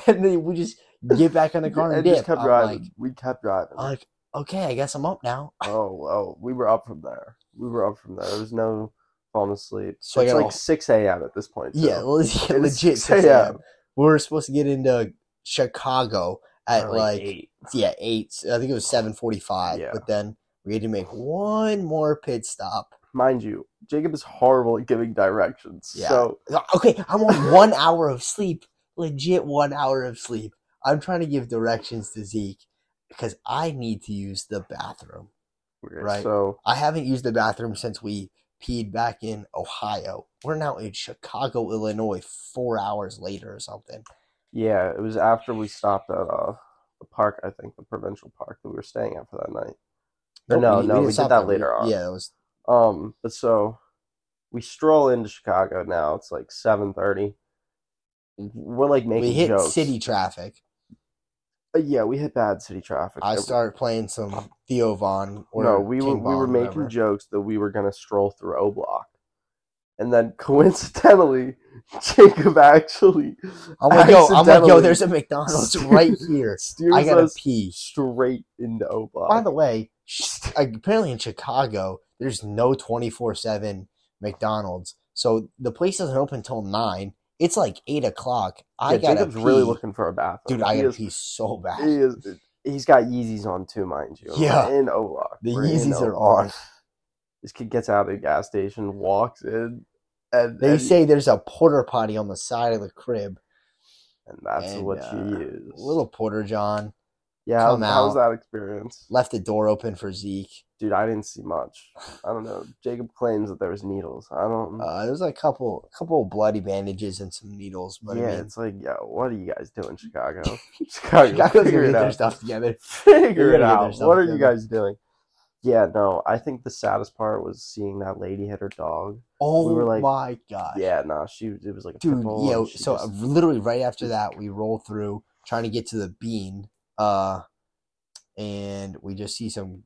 S1: and then we just get back on the car and,
S2: And
S1: dip.
S2: just kept
S1: I'm
S2: driving.
S1: Like,
S2: we kept driving.
S1: I'm like, okay, I guess I'm up now.
S2: oh, oh, we were up from there. We were up from there. There was no falling asleep.
S1: So I
S2: it's
S1: got
S2: like
S1: all-
S2: six a.m. at this point.
S1: yeah, [laughs]
S2: too.
S1: le-
S2: It is
S1: legit.
S2: 6 [laughs]
S1: 6
S2: a.m.
S1: a.m. We were supposed to get into Chicago at
S2: Or,
S1: like
S2: eight.
S1: yeah eight. I think it was seven forty-five.
S2: Yeah.
S1: But then we had to make one more pit stop
S2: mind you, Jacob is horrible at giving directions.
S1: Yeah.
S2: So
S1: Okay, I want one hour of sleep. Legit one hour of sleep. I'm trying to give directions to Zeke because I need to use the bathroom.
S2: weird.
S1: Right.
S2: So
S1: I haven't used the bathroom since we peed back in Ohio. We're now in Chicago, Illinois, four hours later or something.
S2: yeah, it was after we stopped at uh the park, I think, the provincial park that we were staying at for that night. But no, no,
S1: didn't
S2: we did
S1: stop
S2: that
S1: there.
S2: later on.
S1: Yeah, it was
S2: Um, but so we stroll into Chicago now. It's like seven thirty. We're like making
S1: we hit
S2: jokes.
S1: city traffic.
S2: Uh, yeah, we hit bad city traffic.
S1: I
S2: It-
S1: started playing some Theo Von. Or
S2: no, we were
S1: King
S2: we were
S1: Von,
S2: making
S1: whatever.
S2: jokes that we were gonna stroll through O Block, and then [laughs] coincidentally, Jacob actually
S1: I'm like, yo, I'm like, yo,
S2: accidentally
S1: there's a McDonald's right
S2: [laughs]
S1: here.
S2: steers
S1: I gotta
S2: us
S1: pee.
S2: straight into O Block.
S1: By the way, sh- apparently in Chicago, there's no 24 7 McDonald's. So the place doesn't open until 9. It's like 8 o'clock. I
S2: yeah,
S1: gotta
S2: Jacob's
S1: pee.
S2: really looking for a bathroom.
S1: Dude, I
S2: he
S1: gotta
S2: is,
S1: pee so bad.
S2: he is. He's got Yeezys on too, mind you.
S1: Yeah.
S2: We're in O Block.
S1: the
S2: We're in
S1: Yeezys
S2: O
S1: are
S2: Block.
S1: on.
S2: This kid gets out of the gas station, walks in, and
S1: They
S2: and,
S1: say there's a porter potty on the side of the crib.
S2: and that's
S1: and,
S2: what
S1: uh,
S2: you use.
S1: Little porter john
S2: yeah, how,
S1: come
S2: how was
S1: out.
S2: that experience?
S1: left the door open for Zeke.
S2: Dude, I didn't see much. I don't know. Jacob claims that there was needles. I don't.
S1: Uh, there was a couple, a couple of bloody bandages and some needles. But
S2: yeah,
S1: I mean,
S2: it's like, yo, what are you guys
S1: [laughs]
S2: doing, Chicago? Chicago,
S1: Chicago's
S2: figure
S1: gonna
S2: it
S1: get their
S2: out.
S1: stuff together. They're
S2: Figure it
S1: gonna get their
S2: out.
S1: stuff
S2: What are you
S1: together.
S2: guys doing? Yeah, no. I think the saddest part was seeing that lady hit her dog.
S1: Oh
S2: were like,
S1: my god.
S2: Yeah, no, she it was like a pit
S1: dude
S2: bull,
S1: yeah
S2: and she
S1: so uh,
S2: just-
S1: literally right after that we roll through trying to get to the bean uh and we just see some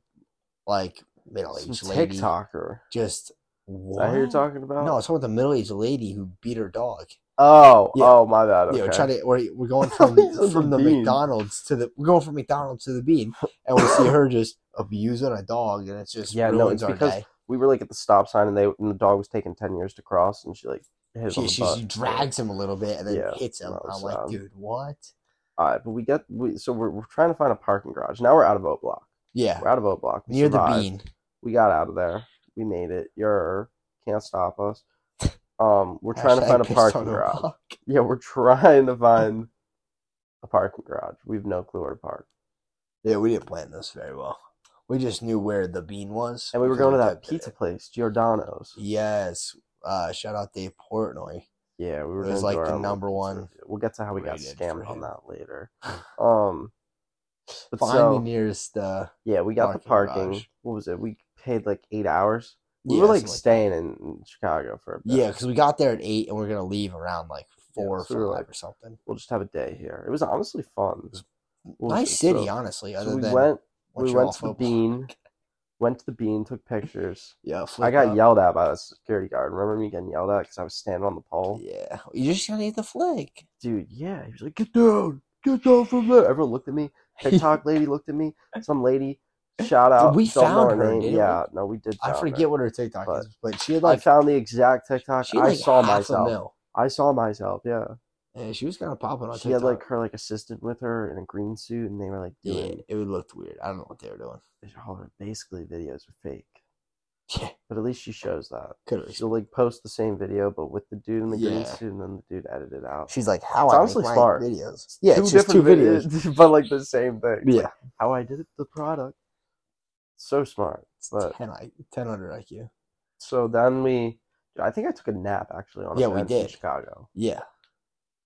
S1: like middle-aged
S2: some
S1: lady
S2: TikToker.
S1: just
S2: Is
S1: what
S2: that who you're talking about?
S1: no it's with a middle-aged lady who beat her dog
S2: Oh,
S1: Yeah.
S2: oh, my bad.
S1: you know
S2: okay.
S1: trying to we're, we're
S2: [laughs]
S1: going
S2: thought
S1: from
S2: you said
S1: from
S2: the
S1: the
S2: bean.
S1: mcdonald's to the we're going from mcdonald's to the bean and we see her just abusing a dog and it's just
S2: [laughs] Yeah,
S1: yeah
S2: no,
S1: ruins
S2: it's
S1: our
S2: because
S1: day
S2: we were like at the stop sign and they and the dog was taking ten years to cross and she like hit him on
S1: she,
S2: the
S1: she,
S2: butt.
S1: she drags him a little bit and then
S2: Yeah,
S1: hits him
S2: that was
S1: i'm like
S2: sad.
S1: dude what
S2: All right, but we got we, so we're, we're trying to find a parking garage. Now we're out of O Block.
S1: yeah
S2: We're out of O Block. We
S1: near the
S2: survived.
S1: bean
S2: We got out of there. We made it. You're can't
S1: [laughs]
S2: stop us. Um, we're trying to
S1: Hashtag
S2: find a
S1: pissed
S2: parking
S1: on a
S2: garage.
S1: rock.
S2: Yeah, we're trying to find a parking garage. We've no clue where to park,
S1: Yeah, we didn't plan this very well. We just knew where the bean was,
S2: and we were
S1: because
S2: going to that
S1: kept it.
S2: pizza place, Giordano's.
S1: Yes, uh, shout out Dave Portnoy.
S2: Yeah, we were.
S1: It was
S2: gonna do
S1: like
S2: our
S1: the
S2: own little
S1: number
S2: pizza
S1: one
S2: review. We'll get to how we got
S1: rated for
S2: scammed on
S1: him.
S2: that
S1: [laughs]
S2: later. Um, but
S1: Find
S2: so
S1: the nearest. Uh,
S2: yeah, we got the
S1: parking
S2: parking.
S1: garage.
S2: What was it? We paid like eight hours. We
S1: yeah,
S2: were like
S1: something that.
S2: staying in Chicago for a bit.
S1: yeah, because we got there at eight, and we are gonna leave around like four
S2: so we
S1: or
S2: were
S1: five
S2: like-
S1: or something.
S2: we'll just have a day here. It was honestly fun. We'll
S1: nice
S2: just-
S1: city,
S2: so-
S1: honestly.
S2: So
S1: Other
S2: we
S1: than
S2: went.
S1: once
S2: We
S1: you're
S2: went
S1: off
S2: to the
S1: of-
S2: bean. Went to the bean. Took pictures.
S1: Yeah,
S2: I
S1: flip
S2: got
S1: up.
S2: yelled at by the security guard. Remember me getting yelled at because I was standing on the pole?
S1: Yeah, you just gotta eat the flick.
S2: Dude, yeah. He was like, get down, get down from there. Everyone looked at me. TikTok lady looked at me. Some lady, shout out.
S1: we
S2: don't know
S1: found her,
S2: name.
S1: didn't we?
S2: Yeah, no, we did.
S1: [laughs] I
S2: found her.
S1: forget what her TikTok
S2: But-
S1: is, but she had
S2: I
S1: like
S2: found the exact TikTok.
S1: she
S2: I
S1: had, like
S2: saw
S1: half a
S2: myself.
S1: mil,
S2: I saw myself. Yeah,
S1: and she was kind of popping on
S2: she
S1: TikTok.
S2: had like her like assistant with her in a green suit, and they were like
S1: yeah,
S2: doing.
S1: it looked weird. I don't know what they were doing. [laughs]
S2: All her basically videos were fake,
S1: Yeah,
S2: but at least she shows that.
S1: could have
S2: She'll like post the same video, but with the dude in the green
S1: Yeah.
S2: suit, and then the dude edited out.
S1: She's like, how
S2: It's
S1: I
S2: honestly
S1: make my
S2: smart.
S1: videos. Yeah, it's just two
S2: different
S1: videos.
S2: vid- [laughs] but like the same thing. It's
S1: Yeah,
S2: like, how I did it, the product. So smart.
S1: it's
S2: but-
S1: 10, I, 1000 IQ.
S2: So then we, I think I took a nap actually on a
S1: Yeah, we
S2: bench in
S1: did.
S2: Chicago.
S1: Yeah,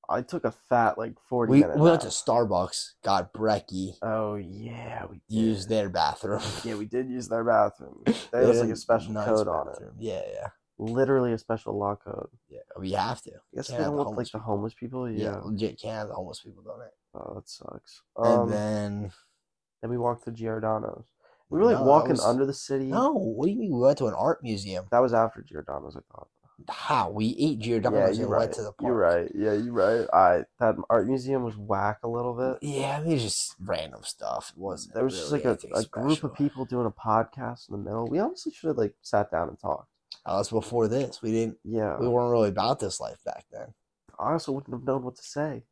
S2: I took a fat like forty
S1: we,
S2: minute.
S1: we went to
S2: nap.
S1: Starbucks, got brekkie,
S2: Oh yeah, we did.
S1: used their bathroom.
S2: Yeah, we did use their
S1: [laughs]
S2: bathroom. There was like a special
S1: Nice
S2: code on it.
S1: bathroom. Yeah, yeah,
S2: Literally a special law code.
S1: yeah. We have to.
S2: I guess
S1: Can't
S2: they
S1: have
S2: don't
S1: the
S2: want
S1: homeless
S2: like the homeless people.
S1: Yeah,
S2: Yeah.
S1: legit can't have the homeless people doing it.
S2: Oh, that sucks.
S1: And
S2: Um, then...
S1: then
S2: we walked to Giordano's. We were like
S1: No, that
S2: walking
S1: was-
S2: under the city.
S1: no, what do you mean we went to an art museum?
S2: That was after Giordano's, I thought.
S1: How we ate
S2: yeah,
S1: Giordano's
S2: you're
S1: and
S2: right.
S1: went to the park.
S2: You're right. Yeah, you're right. I that art museum was whack a little bit.
S1: Yeah, I mean, it's just random stuff. It wasn't.
S2: There was just like
S1: really
S2: a,
S1: anything
S2: a group
S1: special.
S2: of people doing a podcast in the middle. We honestly should have like sat down and talked.
S1: That was before this. We didn't.
S2: Yeah,
S1: We weren't really about this life back then.
S2: I also wouldn't have known what to say.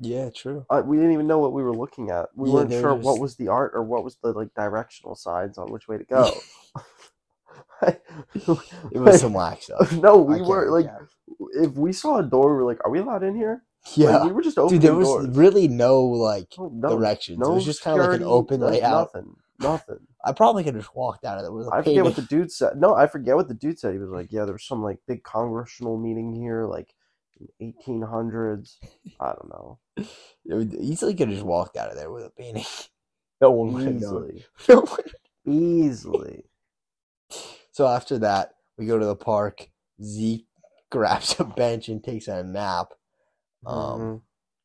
S1: Yeah, true.
S2: Uh, we didn't even know what we were looking at. We
S1: Yeah,
S2: weren't
S1: they were
S2: sure what
S1: just- [laughs]
S2: was the art or what was the [laughs] like directional signs on which way to go.
S1: It was [laughs] some whack stuff.
S2: [laughs] no,
S1: I
S2: we
S1: can't
S2: were like,
S1: recap.
S2: if we saw a door, we were like, are we allowed in here?
S1: yeah.
S2: Like, we were just opening
S1: Dude, there was
S2: doors.
S1: really no like
S2: No- no,
S1: directions.
S2: no
S1: it was just kind of like an
S2: security,
S1: open
S2: no-
S1: layout.
S2: Nothing.
S1: [laughs]
S2: Nothing.
S1: I probably could have just walked out of there. It was a
S2: I
S1: pain
S2: forget what
S1: to-
S2: the dude said. No, I forget what the dude said. He was like, "Yeah, there was some like big congressional meeting here, like in 1800s. I
S1: [laughs]
S2: don't know.
S1: it would- easily could have just walked out of there with a painting. [laughs] No one would have known.
S2: Easily,
S1: [laughs] No one-
S2: easily.
S1: so after that, we go to the park. Zeke [laughs] grabs a bench and takes a nap, Um,
S2: Mhm.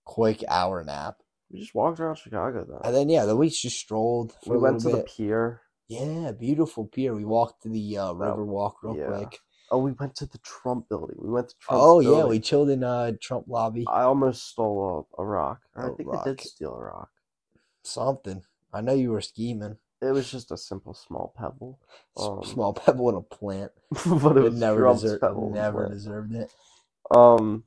S1: quick hour nap,
S2: we just walked around Chicago though.
S1: and then yeah, then we just strolled. For
S2: we
S1: a
S2: went to
S1: little
S2: the
S1: bit.
S2: pier.
S1: yeah, beautiful pier. We walked to the uh, river walk real
S2: yeah.
S1: quick.
S2: Oh, we went to the Trump building. We went to Trump.
S1: oh yeah, we chilled in uh, Trump lobby.
S2: I almost stole a, a rock. Or
S1: A
S2: I think I
S1: rock.
S2: did steal a rock.
S1: Something. I know you were scheming.
S2: It was just a simple small pebble.
S1: S-
S2: Um,
S1: Small [laughs] pebble in a plant.
S2: but it
S1: It
S2: was
S1: never
S2: Trump's
S1: deserved.
S2: pebble.
S1: Never
S2: But-
S1: deserved it.
S2: Um,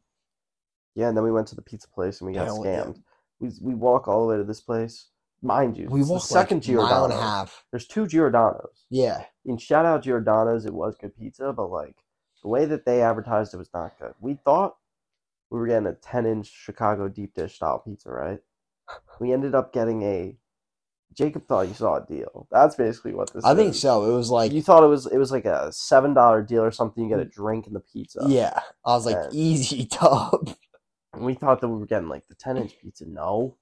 S2: yeah, and then we went to the pizza place and we got
S1: Yeah, well, yeah.
S2: scammed. We we walk all the way to this place, mind you.
S1: We
S2: it's the
S1: walked
S2: second
S1: like a mile and a
S2: Giordano's.
S1: half.
S2: There's two Giordano's.
S1: Yeah,
S2: And shout out Giordano's, it was good pizza, but like the way that they advertised it was not good. We thought we were getting a 10 inch Chicago deep dish style pizza, right? We ended up getting a Jacob thought you saw a deal. That's basically what this.
S1: I think
S2: is.
S1: so. It was like
S2: You thought it was it was like a seven dollar deal or something. You get a drink and the pizza.
S1: Mm. yeah. I was like
S2: Yeah.
S1: easy [laughs] dub.
S2: And we thought that we were getting like the 10 inch pizza. No,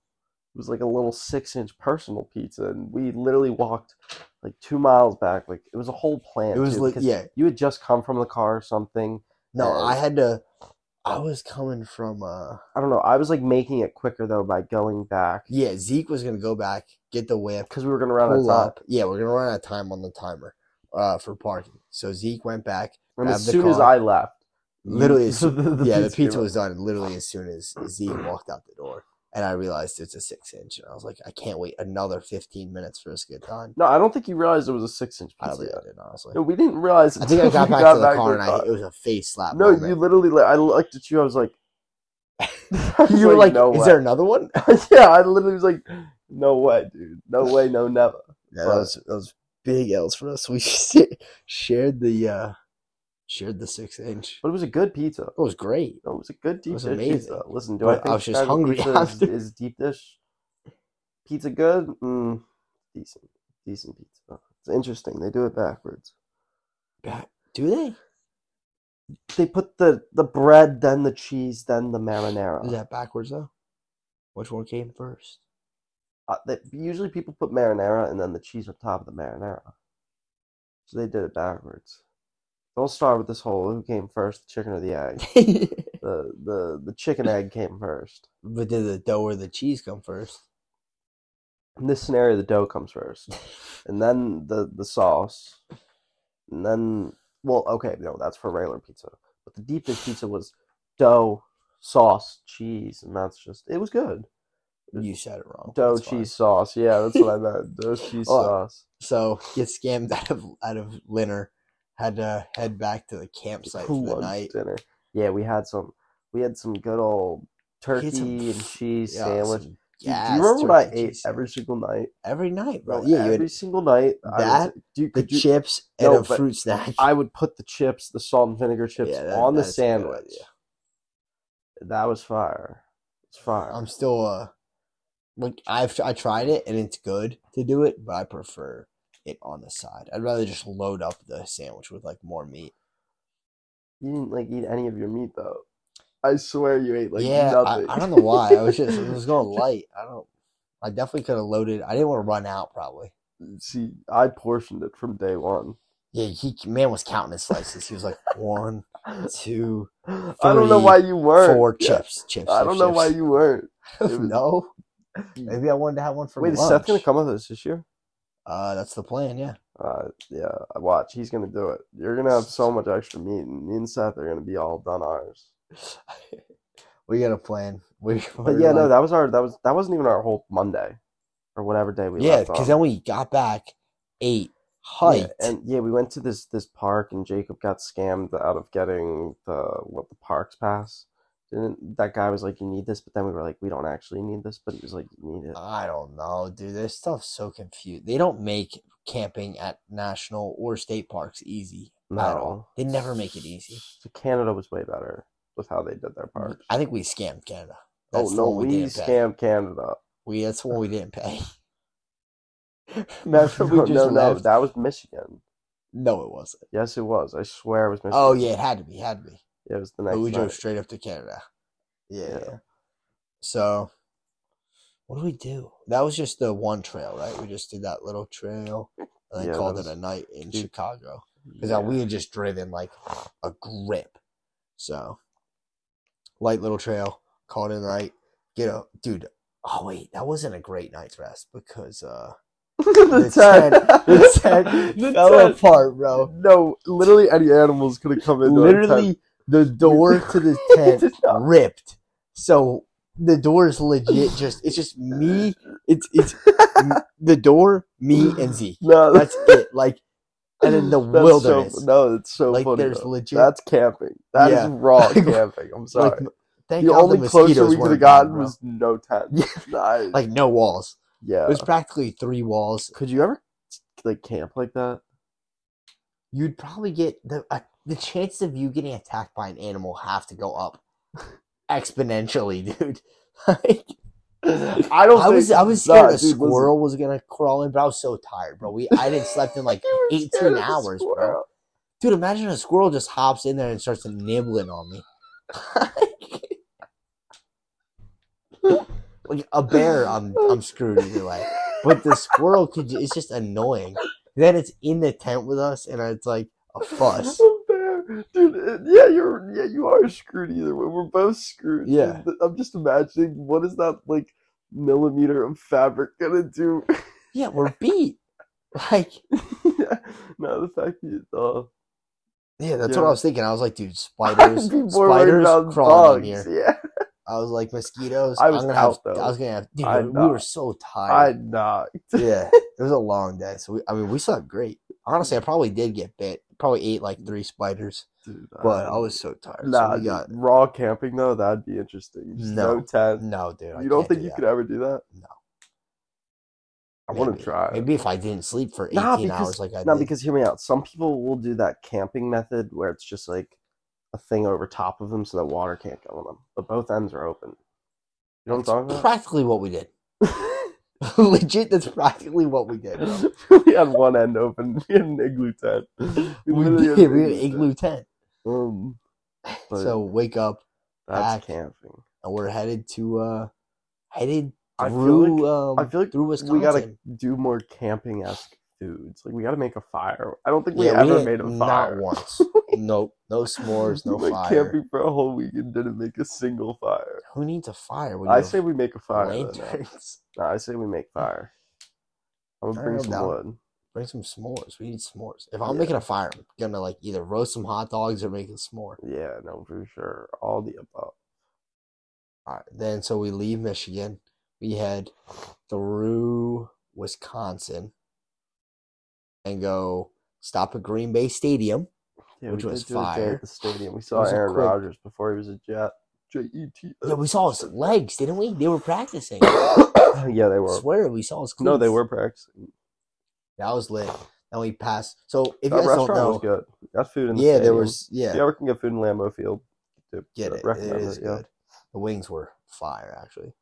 S2: it was like a little six inch personal pizza. And we literally walked like two miles back. Like it was a whole plan.
S1: It was
S2: too,
S1: like
S2: because
S1: yeah.
S2: You had just come from the car or something.
S1: No,
S2: uh,
S1: I had to. I was coming from uh
S2: I don't know. I was like making it quicker though by going back
S1: yeah. Zeke was gonna go back get the whip.
S2: because we were going to run out of
S1: Pull
S2: time.
S1: up. Yeah, we're gonna run out of time on the timer uh for parking. So Zeke went back.
S2: And
S1: Grab
S2: as
S1: the
S2: soon as
S1: car.
S2: I left, you- [laughs]
S1: Literally, as
S2: Mm. the,
S1: [laughs] yeah, the pizza
S2: came
S1: was done literally as soon as Z walked out the door. And I realized it's a six inch. And I was like, I can't wait another 15 minutes for this good time.
S2: up. No, I don't think you realized it was a six inch
S1: I
S2: pizza.
S1: don't think
S2: yet.
S1: I did, honestly.
S2: No, we didn't realize.
S1: I think I
S2: [laughs] until
S1: got
S2: we
S1: back to the car and I, it was a face slap.
S2: No, you
S1: [laughs] moment.
S2: literally. Like, I looked at you. I was like, [laughs]
S1: [laughs] You were like,
S2: no
S1: is
S2: way."
S1: there another one?
S2: [laughs] yeah, I literally was like, no way, dude. No way, no never.
S1: [laughs] Yeah,
S2: Right.
S1: that was, that was big L's for us. [laughs] We sh- shared the uh, shared the six inch.
S2: But it was a good pizza.
S1: It was great.
S2: It was a good deep
S1: was
S2: dish
S1: amazing.
S2: pizza. Listen, do I
S1: But I
S2: think
S1: was just
S2: Chicago
S1: hungry
S2: pizza
S1: [laughs]
S2: is,
S1: after.
S2: is deep dish pizza good? Mm, decent. Decent pizza. It's interesting. They do it backwards.
S1: Do they?
S2: They put the, the bread, then the cheese, then the marinara.
S1: Is that backwards though? Which one came
S2: [laughs]
S1: first?
S2: Uh, they, usually people put marinara and then the cheese on top of the marinara. So they did it backwards. Don't start with this whole who came first, the chicken or
S1: [laughs]
S2: the egg.
S1: but
S2: the the the chicken egg came first.
S1: did the dough or the cheese come first?
S2: In this scenario, the dough comes first, and then the the sauce, and then well, okay, no, that's for regular pizza. But the deep dish pizza was dough, sauce, cheese, and that's just it was good.
S1: You said it wrong. but
S2: Dough,
S1: it's fine.
S2: cheese, sauce. Yeah, that's what I meant. Dough, cheese,
S1: Oh.
S2: sauce.
S1: So get scammed out of out of Linner. Had to head back to the campsite for the
S2: Lunch,
S1: night.
S2: dinner. Yeah, we had some. We had some good old turkey and cheese
S1: Yeah,
S2: sandwich.
S1: some
S2: Dude,
S1: gas
S2: do you remember what I
S1: turkey
S2: ate
S1: cheese
S2: every single night?
S1: every night, bro?
S2: Bro,
S1: yeah, you
S2: every
S1: had
S2: single night. I would
S1: that,
S2: say- dude,
S1: the
S2: could you-
S1: chips
S2: No,
S1: and a
S2: but
S1: fruit snack.
S2: I would put the chips, the salt and vinegar chips,
S1: Yeah, that-
S2: on the
S1: that's a good
S2: sandwich.
S1: idea.
S2: That was fire. It's fire.
S1: I'm still uh, like I've I tried it and it's good to do it, but I prefer it on the side. I'd rather just load up the sandwich with like more meat.
S2: you didn't like eat any of your meat though. I swear you ate like
S1: yeah, I,
S2: nothing.
S1: I don't know why. I was just it [laughs] was going light. I don't. I definitely could have loaded. I didn't want to run out. Probably.
S2: [laughs] See, I portioned it from
S1: [laughs]
S2: day one.
S1: Yeah, he man was counting his slices. He was [laughs] like one, two,
S2: I don't know
S1: Three,
S2: why you weren't.
S1: four
S2: Yeah.
S1: chips, chips.
S2: I don't know why
S1: chips.
S2: you weren't.
S1: [laughs]
S2: it was-
S1: no, maybe I wanted to have one for
S2: Wait, is
S1: lunch.
S2: Seth gonna come with us this year?
S1: Uh, that's the plan. Yeah,
S2: Uh, yeah, watch. He's gonna do it. You're gonna have so much extra meat, and me and Seth are gonna be all done ours.
S1: we got a plan. [laughs] We,
S2: But
S1: we're
S2: yeah, no,
S1: Oh, like-
S2: that was our that was that wasn't even our whole Monday or whatever day we
S1: yeah,
S2: left
S1: because
S2: on.
S1: then we got back eight
S2: Yeah,
S1: height.
S2: and yeah, we went to this this park and Jacob got scammed out of getting the what the parks pass. Didn't that guy was like, "You need this," but then we were like, "We
S1: Uh,
S2: don't actually need this," but he was like, "You need it."
S1: I don't know, dude. This stuff's so confused. They don't make camping at national or state parks easy at all.
S2: No,
S1: They never make it easy.
S2: Canada was way better with how they did their part.
S1: I think we scammed Canada.
S2: Oh
S1: That's the
S2: no,
S1: one we,
S2: we
S1: didn't pay.
S2: scammed Canada.
S1: We that's the one we didn't pay. [laughs] Remember [laughs] we
S2: [laughs] no,
S1: just
S2: no, no,
S1: left?
S2: that was Michigan.
S1: No, it wasn't.
S2: Yes, it was. I swear it was Michigan.
S1: Oh yeah, it had to be, had to be.
S2: it was the next
S1: But we drove
S2: night.
S1: straight up to Canada.
S2: Yeah.
S1: So, what do we do? That was just the one trail, right? We just did that little trail and then
S2: Yeah, that
S1: called
S2: was-
S1: it a night in
S2: Dude.
S1: Chicago because
S2: Yeah. [laughs]
S1: we [laughs] had just driven like a grip. So, light little trail, called it a night. Get a dude. Oh wait, that wasn't a great night's rest because uh, [laughs]
S2: the
S1: the tent, [laughs] the tent
S2: [laughs] The
S1: fell
S2: tent.
S1: apart, bro.
S2: No, literally any animals could have come in.
S1: Literally, the door to
S2: [laughs]
S1: the tent ripped. So the door is legit. Just it's just me. It's it's
S2: [laughs]
S1: m- the door, me and Zeke.
S2: no,
S1: That's it. [laughs] Like, and in the
S2: [laughs] that's so-
S1: wilderness,
S2: no, it's so
S1: like
S2: funny.
S1: there's
S2: though.
S1: legit.
S2: That's camping. That is
S1: Yeah. [laughs]
S2: raw
S1: Like,
S2: camping. I'm sorry.
S1: like, thank
S2: the
S1: God
S2: only
S1: the
S2: closer
S1: mosquitoes
S2: we could have
S1: weren't
S2: gotten
S1: bad, bro.
S2: was
S1: [laughs]
S2: no tent.
S1: Yeah.
S2: Nice.
S1: like no walls.
S2: yeah.
S1: It was practically three walls.
S2: could you ever like camp
S1: [laughs]
S2: like that?
S1: You'd probably get the uh, the chance of you getting attacked by an animal have to go
S2: [laughs]
S1: up exponentially, dude. [laughs] Like,
S2: I don't.
S1: I was
S2: think-
S1: I was
S2: Nah,
S1: scared a
S2: dude, listen.
S1: squirrel was gonna crawl in, but I was so tired, bro. We I didn't slept in like
S2: [laughs] You were
S1: 18
S2: scared of the
S1: hours, bro.
S2: squirrel.
S1: dude. Imagine a squirrel just hops in there and starts nibbling on
S2: [laughs]
S1: me. [laughs] like a bear, I'm I'm screwed either way. But the squirrel could ju- it's just annoying. Then it's in the tent with us, and it's like a
S2: [laughs]
S1: fuss.
S2: A bear. Dude, uh, yeah, you're yeah, you are screwed either way. We're both screwed. dude.
S1: Yeah.
S2: Th- I'm just imagining what is that like millimeter of fabric gonna do? [laughs]
S1: Yeah, we're beat. Like
S2: yeah. No, the fact that uh,
S1: yeah, that's
S2: Yeah.
S1: what I was thinking. I was like, dude, spiders,
S2: [laughs] [laughs] I'd be more worried
S1: spiders
S2: about
S1: crawling in here.
S2: bugs. Yeah, [laughs]
S1: I was like mosquitoes.
S2: I
S1: I'm
S2: was
S1: gonna
S2: out,
S1: have,
S2: though.
S1: I was gonna have. Dude,
S2: I-
S1: we
S2: nah.
S1: were so
S2: I [laughs]
S1: tired.
S2: knocked.
S1: yeah, it was a long day. So we, I mean, we slept great. Honestly, I probably did get bit. Probably ate like three spiders,
S2: Dude,
S1: but I
S2: um,
S1: was so tired.
S2: nah,
S1: so we got
S2: raw camping though. That'd be interesting. Just no
S1: No.
S2: tent.
S1: no, dude. I
S2: you don't
S1: can't do
S2: think you
S1: that.
S2: could ever do that?
S1: No.
S2: I want
S1: Maybe.
S2: to try. it.
S1: Maybe if I didn't sleep for eighteen
S2: Nah, because-
S1: hours, like I
S2: No,
S1: did.
S2: because hear me out. Some people will do that camping method where it's just like a thing over top of them so that water can't go on them, but both ends are open. You know what I'm talking
S1: practically what we
S2: [laughs]
S1: did. [laughs] Legit, that's practically what we did. Bro.
S2: [laughs] about? we had one end open. [laughs] We had an igloo
S1: [laughs]
S2: tent. We
S1: We
S2: literally had
S1: did. We had an
S2: tent.
S1: igloo tent.
S2: Um,
S1: [laughs]
S2: but
S1: So wake up,
S2: that's
S1: back.
S2: camping.
S1: and we're headed to uh headed
S2: I feel
S1: through um
S2: I feel like
S1: through Wisconsin.
S2: we gotta do more camping esque foods. Like we gotta make a fire. I don't think we
S1: Yeah,
S2: ever
S1: didn't-
S2: made a
S1: Not
S2: fire.
S1: once. nope. No s'mores, no
S2: [laughs] we went
S1: fire.
S2: camping for a whole week and didn't make a single fire.
S1: Who needs a fire? When you
S2: I
S1: have
S2: say we make a fire. though, now.
S1: lanterns.
S2: No, I say we make fire. I'm gonna
S1: Alright,
S2: bring
S1: I'm
S2: some
S1: down.
S2: wood.
S1: Bring some s'mores. We need s'mores. If I'm
S2: Yeah.
S1: making a fire, I'm gonna like either roast some hot dogs or make a s'more.
S2: Yeah, no, for sure. All the above.
S1: All right. Then so we leave Michigan. We head through Wisconsin and go stop at Green Bay Stadium.
S2: Yeah,
S1: Which
S2: we
S1: was
S2: did do a day
S1: fire.
S2: at the stadium. We saw
S1: was a
S2: Aaron
S1: quick-
S2: Rodgers before he was a Jet. J E T.
S1: Yeah,
S2: [coughs]
S1: we saw his legs, didn't we? They were practicing. [coughs]
S2: Yeah, they
S1: I
S2: were.
S1: swear we saw his cleats.
S2: No, they were practicing.
S1: That was lit. And we passed. So if you
S2: That
S1: guys don't
S2: restaurant was
S1: know,
S2: good. Got food in the
S1: yeah, there
S2: stadium.
S1: was yeah,
S2: If you ever can get food in Lambeau Field, dude,
S1: get
S2: uh,
S1: it. It
S2: recommend
S1: is
S2: it,
S1: good. The wings were fire actually.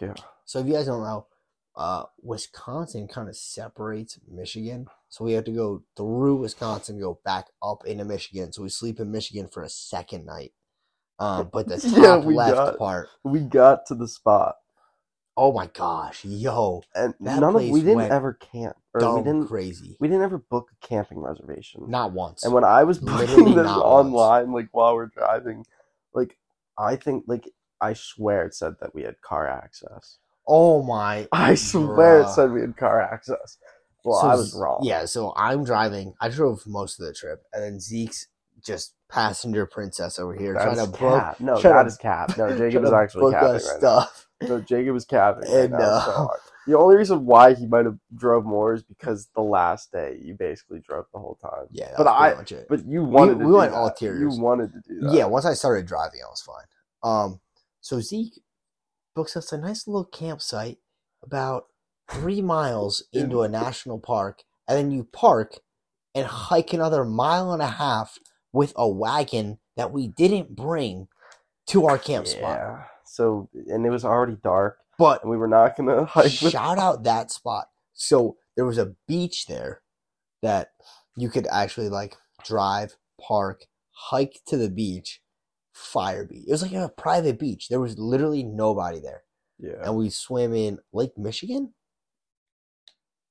S2: Yeah. yeah.
S1: So if you guys don't know, uh, Wisconsin kind of separates Michigan, so we have to go through Wisconsin, go back up into Michigan. So we sleep in Michigan for a second night. Um, but the
S2: [laughs] Yeah,
S1: top
S2: we
S1: left
S2: got-
S1: part,
S2: We got to the spot,
S1: oh my gosh, yo,
S2: and
S1: That
S2: none of we
S1: place
S2: didn't
S1: went
S2: ever camp, or we
S1: dumb
S2: didn't
S1: crazy.
S2: we didn't ever book a camping reservation.
S1: Not once.
S2: And when I was
S1: Literally
S2: booking this
S1: not once.
S2: online, like while we're driving, like I think, like I swear it said that we had car access.
S1: oh my,
S2: [laughs] I swear it
S1: Bruh.
S2: said we had car access. Well, I was
S1: Z-
S2: wrong.
S1: Yeah, so I'm driving. I drove most of the trip, and then Zeke's just passenger princess over here
S2: that's
S1: trying to book,
S2: cap. No,
S1: trying
S2: that
S1: to-
S2: is cap.
S1: [laughs]
S2: No,
S1: trying
S2: Jacob
S1: to
S2: is actually
S1: book
S2: capping right
S1: us
S2: now.
S1: stuff. [laughs]
S2: No, Jacob was capping. Right
S1: And,
S2: now, it's so
S1: uh,
S2: hard. the only reason why he might have drove more is because the last day you basically drove the whole time.
S1: Yeah, that
S2: But
S1: was pretty
S2: I-
S1: much it.
S2: But you wanted to
S1: we
S2: do
S1: went
S2: that.
S1: all
S2: You
S1: tiers.
S2: wanted to do that.
S1: yeah, once I started driving, I was fine. Um, so Zeke books us a nice little campsite about three miles
S2: In-
S1: into a national park and then you park and hike another mile and a half with a wagon that we didn't bring to our camp spot.
S2: Yeah. So and it was already dark,
S1: But
S2: and we were not gonna [laughs] hike with.
S1: shout out that spot. So there was a beach there that you could actually like drive, park, hike to the beach, fire beach. It was like a private beach. There was literally nobody there.
S2: Yeah.
S1: And we swam in Lake Michigan.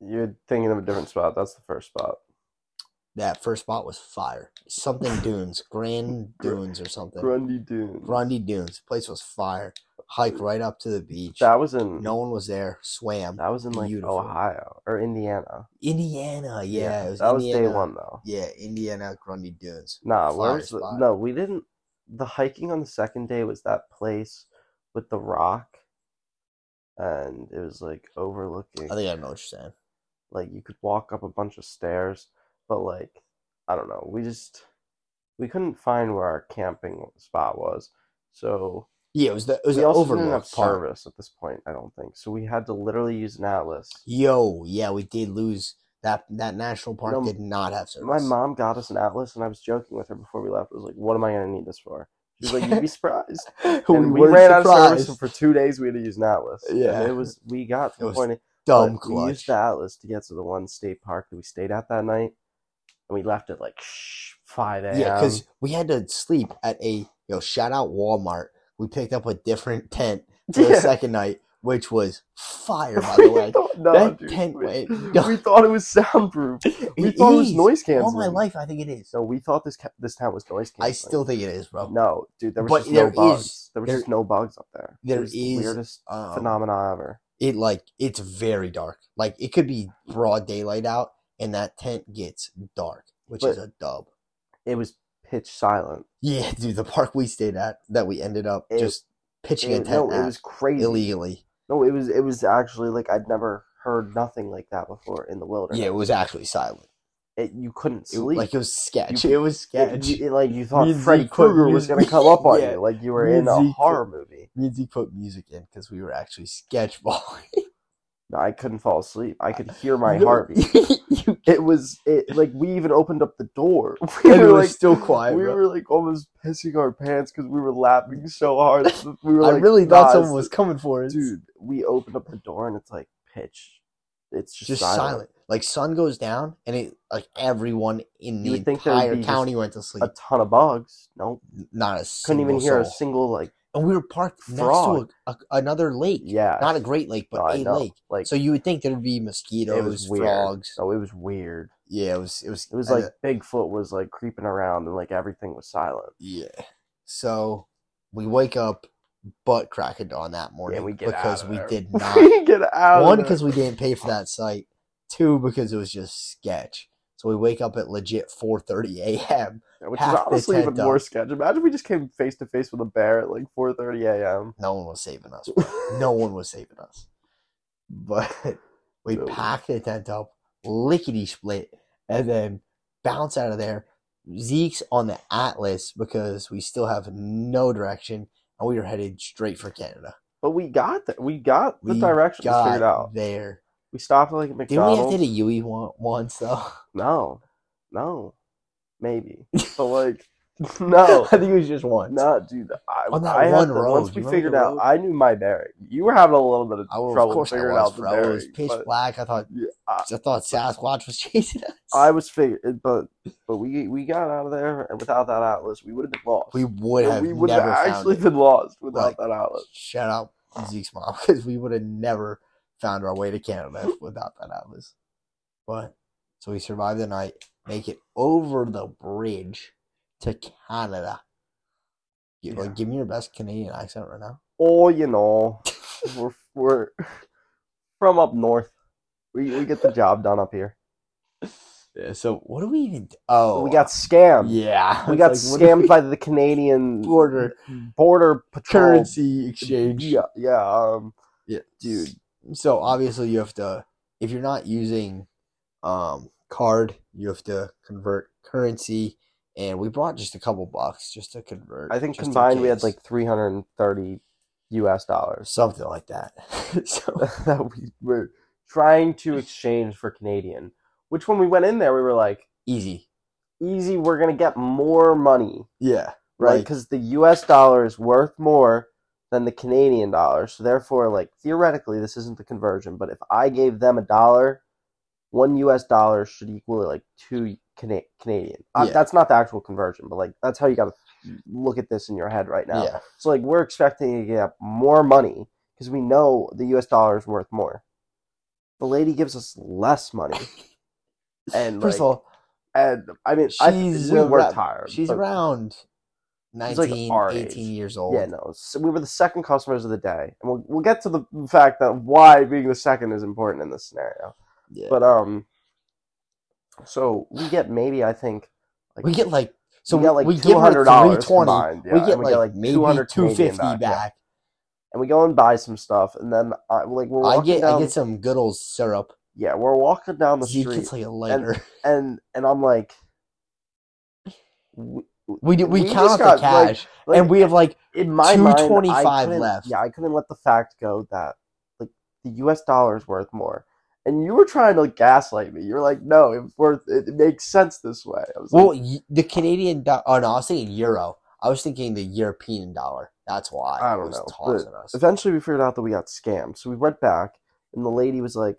S2: You're thinking of a different spot. That's the first spot.
S1: That first spot was fire.
S2: [laughs]
S1: Something dunes, Grand Dunes or something.
S2: Grundy Dunes.
S1: Grundy Dunes. Place was fire. Hike right up to the beach.
S2: That was in.
S1: No one was there. Swam.
S2: That was in like
S1: Beautiful.
S2: Ohio or Indiana.
S1: Indiana. Yeah, it was
S2: that was
S1: Indiana.
S2: day one though.
S1: Yeah, Indiana Grundy Dunes.
S2: Nah,
S1: Fire
S2: where's the,
S1: spot.
S2: no? We didn't. The hiking on the second day was that place with the rock, and it was like overlooking.
S1: I think I know what you're saying.
S2: like you could walk up a bunch of stairs, but like I don't know. We just we couldn't find where our camping spot was, so
S1: Yeah, it was the it was
S2: we
S1: the
S2: also didn't
S1: overlook
S2: have
S1: part.
S2: service at this point. I don't think so. We had to literally use an atlas.
S1: Yo, yeah, we did lose that that national park
S2: No,
S1: did not have service.
S2: My
S1: [laughs]
S2: mom got us an atlas, and I was joking with her before we left. I was like, "What am I gonna need this for?" She's
S1: [laughs]
S2: like, "You'd be surprised."
S1: we,
S2: And we
S1: were
S2: ran
S1: surprised.
S2: out of service, and for two days we had to use an atlas. And
S1: Yeah.
S2: it was we got to
S1: It
S2: the
S1: was
S2: point.
S1: Dumb
S2: but We
S1: clutch.
S2: used the atlas to get to the one state park that we stayed at that night, and we left at like shh, five a.m.
S1: Yeah, because we had to sleep at a yo shout out Walmart. We picked up a different tent for the
S2: [laughs] Yeah.
S1: second night, which was fire by the
S2: [laughs] We
S1: way.
S2: thought- no,
S1: that
S2: dude,
S1: tent
S2: we,
S1: went
S2: [laughs] we thought it was soundproof. We
S1: It
S2: thought it was
S1: is.
S2: noise canceling.
S1: All my life I think it is.
S2: So we thought this ca- this town was noise canceling.
S1: I still think it is, bro.
S2: no, dude. There was
S1: But
S2: just
S1: there
S2: no
S1: is-
S2: bugs. there was
S1: there-
S2: just no bugs up there.
S1: there
S2: it was the
S1: is,
S2: weirdest
S1: Um,
S2: phenomena ever.
S1: it like it's very dark. Like it could be broad daylight out, and that tent gets dark, which is
S2: But-
S1: a dub.
S2: It was pitch silent.
S1: Yeah, [laughs] dude, the park we stayed at that we ended up
S2: It-
S1: just pitching a
S2: It,
S1: tent
S2: no,
S1: at
S2: it was crazy.
S1: illegally.
S2: No, it was it was actually like I'd never heard nothing like that before in the wilderness.
S1: Yeah, it was actually silent.
S2: It- you couldn't
S1: It,
S2: sleep.
S1: like it was sketch.
S2: You-
S1: it was
S2: It-
S1: sketch.
S2: you- it- like you thought
S1: Music
S2: Freddy
S1: put
S2: Krueger was gonna
S1: music-
S2: come up
S1: [laughs]
S2: on
S1: yeah.
S2: you, like you were in a
S1: Music put-
S2: horror movie.
S1: Me and Zeke put music in because we were actually sketchballing.
S2: No, I couldn't fall asleep. I could hear
S1: [laughs]
S2: my
S1: No,
S2: heartbeat.
S1: you-
S2: [laughs] It was it like we even opened up the door. [laughs] We
S1: and we
S2: were
S1: were
S2: like
S1: still quiet.
S2: we
S1: bro.
S2: were like almost pissing our pants because we were laughing so [laughs] hard. We were
S1: I
S2: like,
S1: really
S2: "Nah,
S1: thought
S2: it's-
S1: someone was coming for us.
S2: Dude, we opened up the door and it's like pitch. It's just,
S1: just silent.
S2: silent.
S1: Like sun goes down, and it like everyone in
S2: You
S1: the
S2: would think there would
S1: entire
S2: be
S1: county went to sleep.
S2: A ton of bugs. No,
S1: Not a
S2: couldn't even hear a
S1: soul.
S2: single like
S1: And we were parked
S2: frog.
S1: next to a, a, another lake.
S2: yeah.
S1: Not a great lake, but
S2: No, I
S1: a
S2: know.
S1: lake.
S2: Like
S1: So you would think there'd be mosquitoes,
S2: weird.
S1: frogs.
S2: so it was weird.
S1: Yeah, it was. It was.
S2: It was
S1: and,
S2: like
S1: uh,
S2: Bigfoot was like creeping around and like everything was silent.
S1: yeah. So we wake up butt crack of dawn that morning
S2: we get out
S1: because
S2: of
S1: we
S2: there. [laughs]
S1: did not.
S2: We Get out. of
S1: one
S2: there.
S1: because we didn't pay for that site. Two because it was just sketch. So we wake up at legit 4:30 a.m.
S2: which is
S1: half the
S2: honestly even
S1: tent up.
S2: more sketch. Imagine we just came face to face with a bear at like 4:30 a.m.
S1: No one was saving us. no one was saving us. But [laughs] we
S2: No.
S1: packed the tent up, lickety split, and then bounce out of there. Zeke's on the Atlas because we still have no direction, and we are headed straight for Canada.
S2: [laughs] But we got there. We got the
S1: We
S2: directions figured out.
S1: there.
S2: We stopped at like a
S1: Didn't we have
S2: McDonald's.
S1: to hit a Yui one, once though?
S2: no, no,
S1: [laughs]
S2: maybe. But like, [laughs] [laughs] no,
S1: I think it was just once.
S2: no, dude. I,
S1: On that
S2: I had
S1: one
S2: to-
S1: road,
S2: Once
S1: you
S2: we
S1: remember
S2: figured
S1: the
S2: out,
S1: road?
S2: I knew my bearing. You were having a little bit of
S1: I was,
S2: trouble
S1: of course I
S2: figuring
S1: was,
S2: out the
S1: bro. It was
S2: bearing,
S1: pitch
S2: but
S1: black. I thought
S2: Yeah,
S1: I,
S2: I-
S1: thought Sasquatch was [laughs] chasing us.
S2: I was figured, but but we we got out of there, and without that atlas, we would have been lost.
S1: we would
S2: And
S1: have
S2: we would have
S1: never
S2: actually
S1: found it.
S2: been lost without
S1: Like,
S2: that outlet.
S1: shout out Zeke's mom [laughs] because we would have never found our way to Canada [laughs] without that atlas. But so we survive the night, make it over the bridge to Canada. Give,
S2: Yeah.
S1: like, give me your best Canadian accent right now.
S2: Or you know, we're we're from up north. We we get the job done up here.
S1: Yeah. So what do we even? Do? Oh,
S2: we got scammed.
S1: yeah.
S2: We got
S1: It's [laughs] like, what
S2: scammed
S1: if
S2: by the Canadian
S1: we- Oh. border
S2: border patrol.
S1: [laughs] currency exchange.
S2: Yeah, yeah. Um,
S1: Yeah,
S2: dude.
S1: So obviously you have to if you're not using um card, you have to convert currency and we brought just a couple bucks just to convert.
S2: I think
S1: just in
S2: combined we had
S1: case.
S2: like three hundred and thirty U.S.
S1: or
S2: dollars [laughs]
S1: something like that. [laughs] so
S2: that we were trying to exchange for Canadian. Which when we went in there, we were like,
S1: Easy.
S2: easy, we're gonna get more money,
S1: Yeah.
S2: right?
S1: Like-
S2: Because the U.S. dollar is worth more than the Canadian dollar. So therefore, like theoretically, this isn't the conversion. But if I gave them a dollar, one U.S. dollar should equal like two Cana- Canadian. Uh,
S1: Yeah.
S2: that's not the actual conversion, but like that's how you gotta look at this in your head right now.
S1: Yeah.
S2: So like we're expecting to get more money because we know the U.S. dollar is worth more. The lady gives us less
S1: [laughs]
S2: money, and
S1: First
S2: like,
S1: of all,
S2: and I mean, I,
S1: she's
S2: we were
S1: around-
S2: tired.
S1: she's
S2: but-
S1: around
S2: She's like
S1: 19,
S2: our
S1: 18
S2: age.
S1: years old.
S2: Yeah, no, so we were the second customers of the day, and we'll we'll get to the fact that why being the second is important in this scenario.
S1: Yeah.
S2: But um, so we get maybe I think like
S1: we get like so
S2: we
S1: we,
S2: get like
S1: we give
S2: two
S1: her
S2: hundred dollars
S1: 320
S2: combined. Yeah,
S1: we
S2: and
S1: get like, maybe
S2: 200 Canadian
S1: 250 back,
S2: yeah. and we go and buy some stuff, and then I like we're
S1: i
S2: walking
S1: get
S2: down,
S1: i get some good old syrup
S2: yeah, we're walking down the
S1: Zeke
S2: street,
S1: gets like a lighter
S2: and and I'm like, w-
S1: we do, we,
S2: we
S1: count
S2: just
S1: out the
S2: got, like-
S1: cash
S2: like,
S1: and we have like
S2: in my mind, I
S1: 225
S2: couldn't-
S1: left.
S2: Yeah, I couldn't let the fact go that like the U.S. dollar is worth more. And you were trying to like, gaslight me. You were like, "No, it's worth. It makes sense this way." I was
S1: well
S2: like,
S1: y- the canadian dollar oh no i was thinking euro i was thinking the european dollar that's why
S2: I
S1: it
S2: don't
S1: was
S2: know, but
S1: tossing us
S2: eventually we figured out that we got scammed. So we went back, and the lady was like,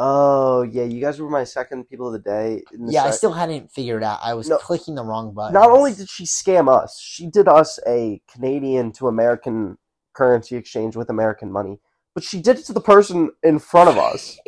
S2: "Oh yeah, you guys were my second people of the day." In the
S1: yeah i
S2: sec-
S1: still hadn't figured out i was
S2: No.
S1: clicking the wrong button
S2: Not only did she scam us, she did us a Canadian to American currency exchange with American money, but she did it to the person in front
S1: [laughs]
S2: of us.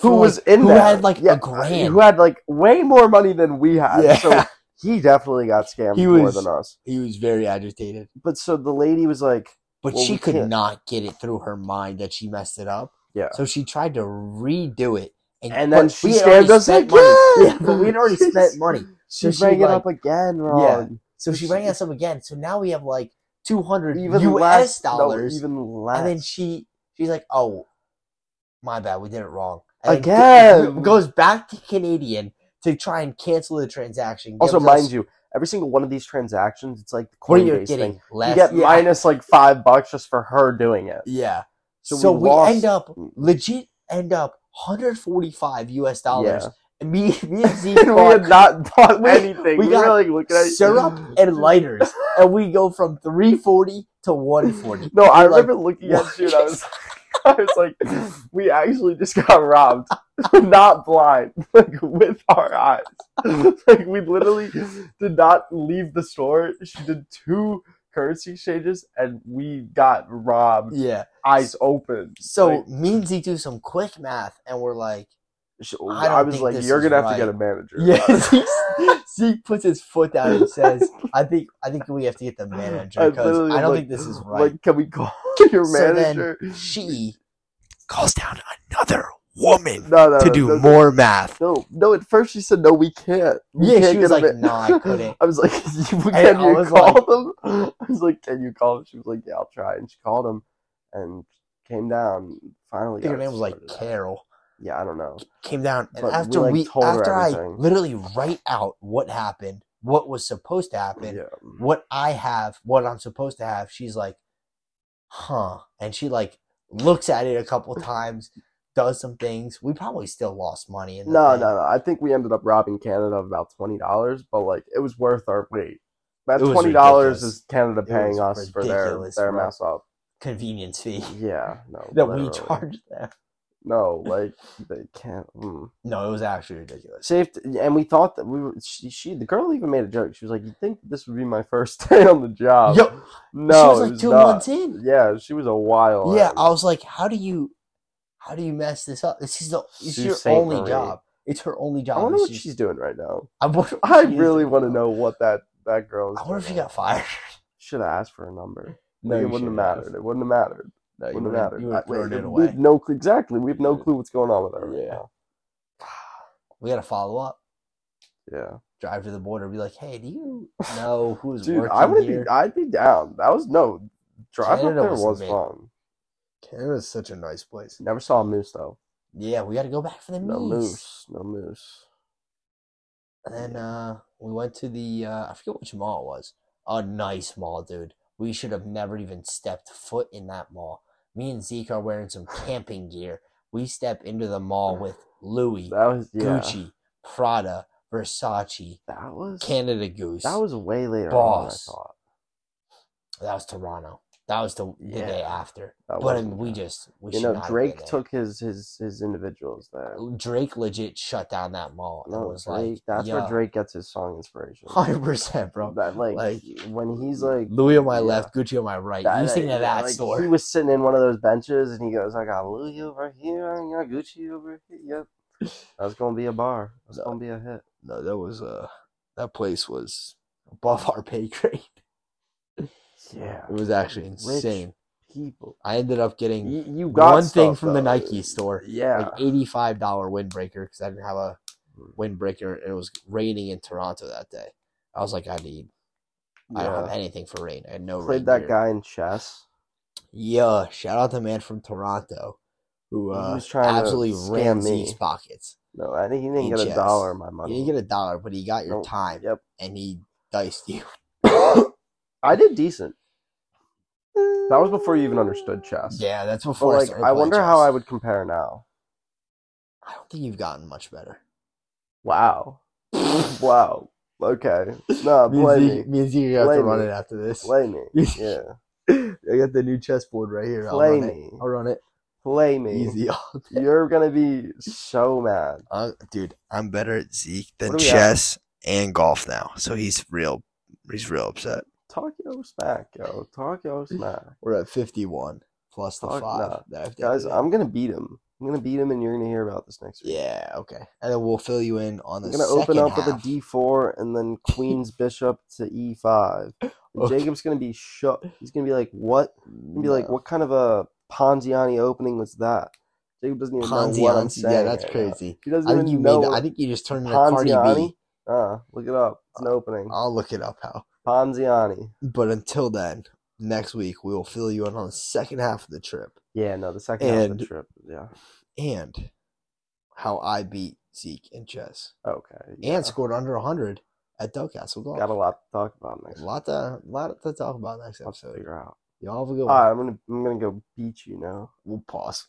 S2: who
S1: For,
S2: was
S1: like,
S2: in
S1: who
S2: there.
S1: had like
S2: Yeah,
S1: a grand
S2: who had like way more money than we had.
S1: Yeah. [laughs]
S2: So [laughs] he definitely got scammed
S1: He
S2: more
S1: was-
S2: than us.
S1: he was very agitated
S2: But so the lady was like,
S1: but
S2: Well,
S1: she
S2: we
S1: could
S2: can't-
S1: not get it through her mind that she messed it up
S2: yeah.
S1: So she tried to redo it,
S2: And
S1: but
S2: then she
S1: we had already
S2: scammed us
S1: spent
S2: again.
S1: money. Yeah, but we
S2: [laughs]
S1: had already spent money. so
S2: She
S1: she,
S2: rang it
S1: like-
S2: up again wrong.
S1: So she rang us up again. So now we have like two hundred
S2: Even
S1: U.S.
S2: less no,
S1: dollars,
S2: even less.
S1: and then she she's like, "Oh, my bad, we did it wrong." And then
S2: Again.
S1: goes back to Canadian to try and cancel the transaction.
S2: also, mind you, every single one of these transactions, it's like the
S1: what are you
S2: Coinbase
S1: getting?
S2: thing.
S1: Less,
S2: you get
S1: yeah.
S2: minus like five bucks just for her
S1: [laughs]
S2: doing it.
S1: Yeah.
S2: So
S1: So,
S2: we
S1: we,
S2: lost-
S1: end up legit end up 145 U.S. dollars.
S2: Yeah.
S1: And me, me
S2: [laughs]
S1: and Zeke
S2: And we
S1: bought
S2: had not bought
S1: We-
S2: anything.
S1: we
S2: We,
S1: got
S2: were like looking at
S1: syrup and
S2: [laughs]
S1: lighters, and we go from 340 to 140.
S2: No, I
S1: You're like,
S2: remember looking at
S1: "What
S2: you and I was,
S1: is-"
S2: [laughs] I was like, we actually just got robbed. [laughs] not blind, [laughs] like with our eyes. [laughs] like we literally did not leave the store. She did two currency exchanges and we got robbed,
S1: Yeah.
S2: eyes open.
S1: So
S2: Like,
S1: me and Zeke do some quick math, and we're like,
S2: sh-
S1: I
S2: I,
S1: don't
S2: was
S1: think
S2: like,
S1: this
S2: you're
S1: is
S2: gonna have to
S1: right."
S2: get a manager.
S1: yeah. [laughs] Zeke, Zeke puts his foot down and says, "I think I think we have to get the manager
S2: [laughs] I
S1: because
S2: literally
S1: I,
S2: was
S1: don't
S2: like-
S1: think this is right."
S2: Like, can we call [laughs] your
S1: So then-
S2: manager?
S1: she calls down another woman
S2: no, no,
S1: to
S2: no,
S1: do
S2: no,
S1: more math.
S2: No, no. At first she said, "No, we can't." We
S1: Yeah,
S2: can't
S1: she was
S2: get a
S1: like,
S2: ma-
S1: "No, I couldn't."
S2: [laughs] I was like,
S1: And
S2: "Can
S1: I
S2: you
S1: was
S2: call
S1: like-
S2: them?" [laughs] I was like, "Can you call?" them?" She was like, "Yeah, I'll try." And she called him, and came down. Finally,
S1: I think her
S2: got it
S1: name was like
S2: sorted out.
S1: Carol.
S2: Yeah, I don't know.
S1: came down and
S2: But we,
S1: after
S2: like,
S1: we,
S2: told her
S1: after I
S2: everything.
S1: literally write out what happened, what was supposed to happen,
S2: Yeah,
S1: what I have, what I'm supposed to have, she's like, huh. And she like looks at it a
S2: [laughs]
S1: couple times, does some things. We probably still lost money in the
S2: no,
S1: thing.
S2: no, no. I think we ended up robbing Canada of about twenty dollars, but like it was worth our wait. That
S1: It was
S2: twenty dollars
S1: ridiculous.
S2: is Canada
S1: It
S2: paying
S1: was
S2: us for their
S1: ridiculous,
S2: their
S1: bro. [laughs]
S2: mess up.
S1: Convenience fee [laughs]
S2: Yeah, no.
S1: that we
S2: literally.
S1: charged them.
S2: No, like they can't. mm.
S1: No, it was actually ridiculous.
S2: safe and we thought that we were she, she the girl even made a joke she was like you think this would be my [laughs] first day on the job
S1: Yo,
S2: no
S1: she was
S2: it
S1: like two
S2: not.
S1: months in.
S2: yeah she was a wild
S1: Yeah,
S2: one.
S1: I was like, how do you, how do you mess this up? This is the, it's
S2: Sault
S1: your
S2: Ste.
S1: only
S2: Marie.
S1: job. It's her only job.
S2: i wonder
S1: is
S2: what
S1: just-
S2: she's doing
S1: [laughs]
S2: right now
S1: I wonder.
S2: i
S1: she is
S2: really
S1: doing
S2: want to
S1: now.
S2: know what that that girl is
S1: I wonder if she
S2: doing
S1: got fired.
S2: should have asked for a number
S1: [laughs] No,
S2: Like,
S1: you
S2: it wouldn't
S1: shouldn't
S2: have
S1: have.
S2: mattered it wouldn't have mattered
S1: No,
S2: wouldn't have mattered
S1: You would
S2: I-
S1: have thrown
S2: we-
S1: it
S2: we
S1: away.
S2: have no clue- exactly we have no
S1: Yeah.
S2: clue what's going on with her right
S1: Yeah.
S2: now.
S1: uh, [sighs] We gotta follow up.
S2: yeah
S1: Drive to the border. Be like, hey, do you know who's
S2: dude
S1: working
S2: i would
S1: here?
S2: be i'd be down that was no drive
S1: Canada
S2: up there
S1: was
S2: was
S1: amazing.
S2: fun
S1: Canada's such a nice place.
S2: never saw a moose though
S1: Yeah, we gotta go back for the
S2: no
S1: moose.
S2: moose no moose
S1: And then uh, we went to the uh, I forget which mall it was. A nice mall, dude. We should have never even stepped foot in that mall. Me and Zeke are wearing some camping gear. We step into the mall with Louis,
S2: That was yeah.
S1: Gucci, Prada, Versace,
S2: That was
S1: Canada Goose.
S2: that was way later
S1: Boss.
S2: on. than I thought.
S1: that was Toronto. That was the, the day
S2: Yeah.
S1: after.
S2: That
S1: But I
S2: wasn't
S1: mean, we
S2: bad.
S1: just we
S2: you
S1: should
S2: know
S1: not have been
S2: Drake
S1: there.
S2: took his his his individuals there.
S1: Drake legit shut down that mall. and
S2: No,
S1: was
S2: Drake.
S1: like,
S2: that's where
S1: "Yo, [laughs]
S2: Drake gets his song inspiration.
S1: Hundred percent, bro.
S2: That like,
S1: like,
S2: when he's like
S1: Louis on my
S2: yeah.
S1: left, Gucci on my right.
S2: That-
S1: you sitting at
S2: yeah,
S1: that
S2: like,
S1: store.
S2: He was sitting in one of those benches, and he goes, "I got Louis over here, I got Gucci over here. Yep,
S1: [laughs]
S2: that's gonna be a bar. That's
S1: No.
S2: gonna be a hit.
S1: no, that was uh, that place was above our pay grade.
S2: Yeah,
S1: It was actually
S2: Rich.
S1: insane.
S2: people.
S1: I ended up getting
S2: You, you got
S1: one thing
S2: stuff,
S1: from the
S2: though.
S1: Nike store,
S2: Yeah, Mm.
S1: like eighty-five dollar windbreaker because I didn't have a windbreaker and it was raining in Toronto that day. I was like, I need. I don't have
S2: yeah.
S1: anything for rain. I had no rain
S2: played that
S1: gear.
S2: guy in chess.
S1: Yeah, shout out the man from Toronto who
S2: He
S1: uh,
S2: was trying to
S1: absolutely
S2: scam
S1: ran
S2: me.
S1: these pockets.
S2: No, I think he didn't
S1: In
S2: get a
S1: chess.
S2: dollar. of My
S1: He
S2: money.
S1: didn't get a dollar, but he got your
S2: Nope.
S1: time
S2: Yep.
S1: and he diced you.
S2: I did decent. That was before you even understood chess.
S1: Yeah, that's
S2: But
S1: before I
S2: like,
S1: started
S2: I
S1: playing
S2: wonder how I
S1: chess.
S2: would compare now.
S1: I don't think you've gotten much better.
S2: Wow. wow. Okay.
S1: [laughs]
S2: No, play
S1: Me
S2: me.
S1: and Zeke- me and Zeke are gonna have to
S2: Play
S1: run
S2: Uh, me.
S1: it after this.
S2: Play
S1: [laughs]
S2: me. Yeah.
S1: I got the new chessboard right here. I'll
S2: Play
S1: run it.
S2: me.
S1: I'll run it.
S2: Play me.
S1: Easy. [laughs]
S2: You're gonna be so mad.
S1: Uh, dude, I'm better at Zeke than
S2: What are we at?
S1: chess and golf now. So he's real. He's real upset.
S2: Talk your smack, yo.
S1: [laughs]
S2: Talk your smack.
S1: We're at 51 plus the
S2: Fuck
S1: five.
S2: no.
S1: that I've
S2: Guys,
S1: taken.
S2: I'm gonna beat him. I'm gonna beat him and you're gonna hear about this next week.
S1: Yeah, okay. And then we'll fill you in on the
S2: I'm gonna open up with a D four and
S1: [laughs]
S2: then Queen's Bishop to E five.
S1: Okay.
S2: Jacob's gonna be shook. He's gonna be like, "What?" He's gonna be like,
S1: Mm, No.
S2: "What kind of a Ponziani opening was that?" Jacob doesn't even know what I'm
S1: Ponzian's.
S2: saying.
S1: Yeah, that's
S2: right now.
S1: crazy.
S2: He doesn't
S1: I
S2: even
S1: think you
S2: know.
S1: made. that.
S2: what-
S1: I think you just turned into Cardi
S2: Ponziani?
S1: B.
S2: Uh, look it up. It's an opening.
S1: I'll look it up how.
S2: Ponziani.
S1: But until then, next week we will fill you in on the second half of the trip
S2: Yeah, no, the second half of the
S1: And-
S2: trip. Yeah.
S1: and how I beat Zeke in chess
S2: Okay. yeah.
S1: and scored under 100 at Ducastle Golf.
S2: Got a lot to talk about next.
S1: A
S2: week.
S1: lot to lot to talk about next
S2: Let's
S1: episode.
S2: figure out.
S1: Y'all have a good
S2: All
S1: one.
S2: right, I'm gonna I'm gonna go beat you now.
S1: We'll pause.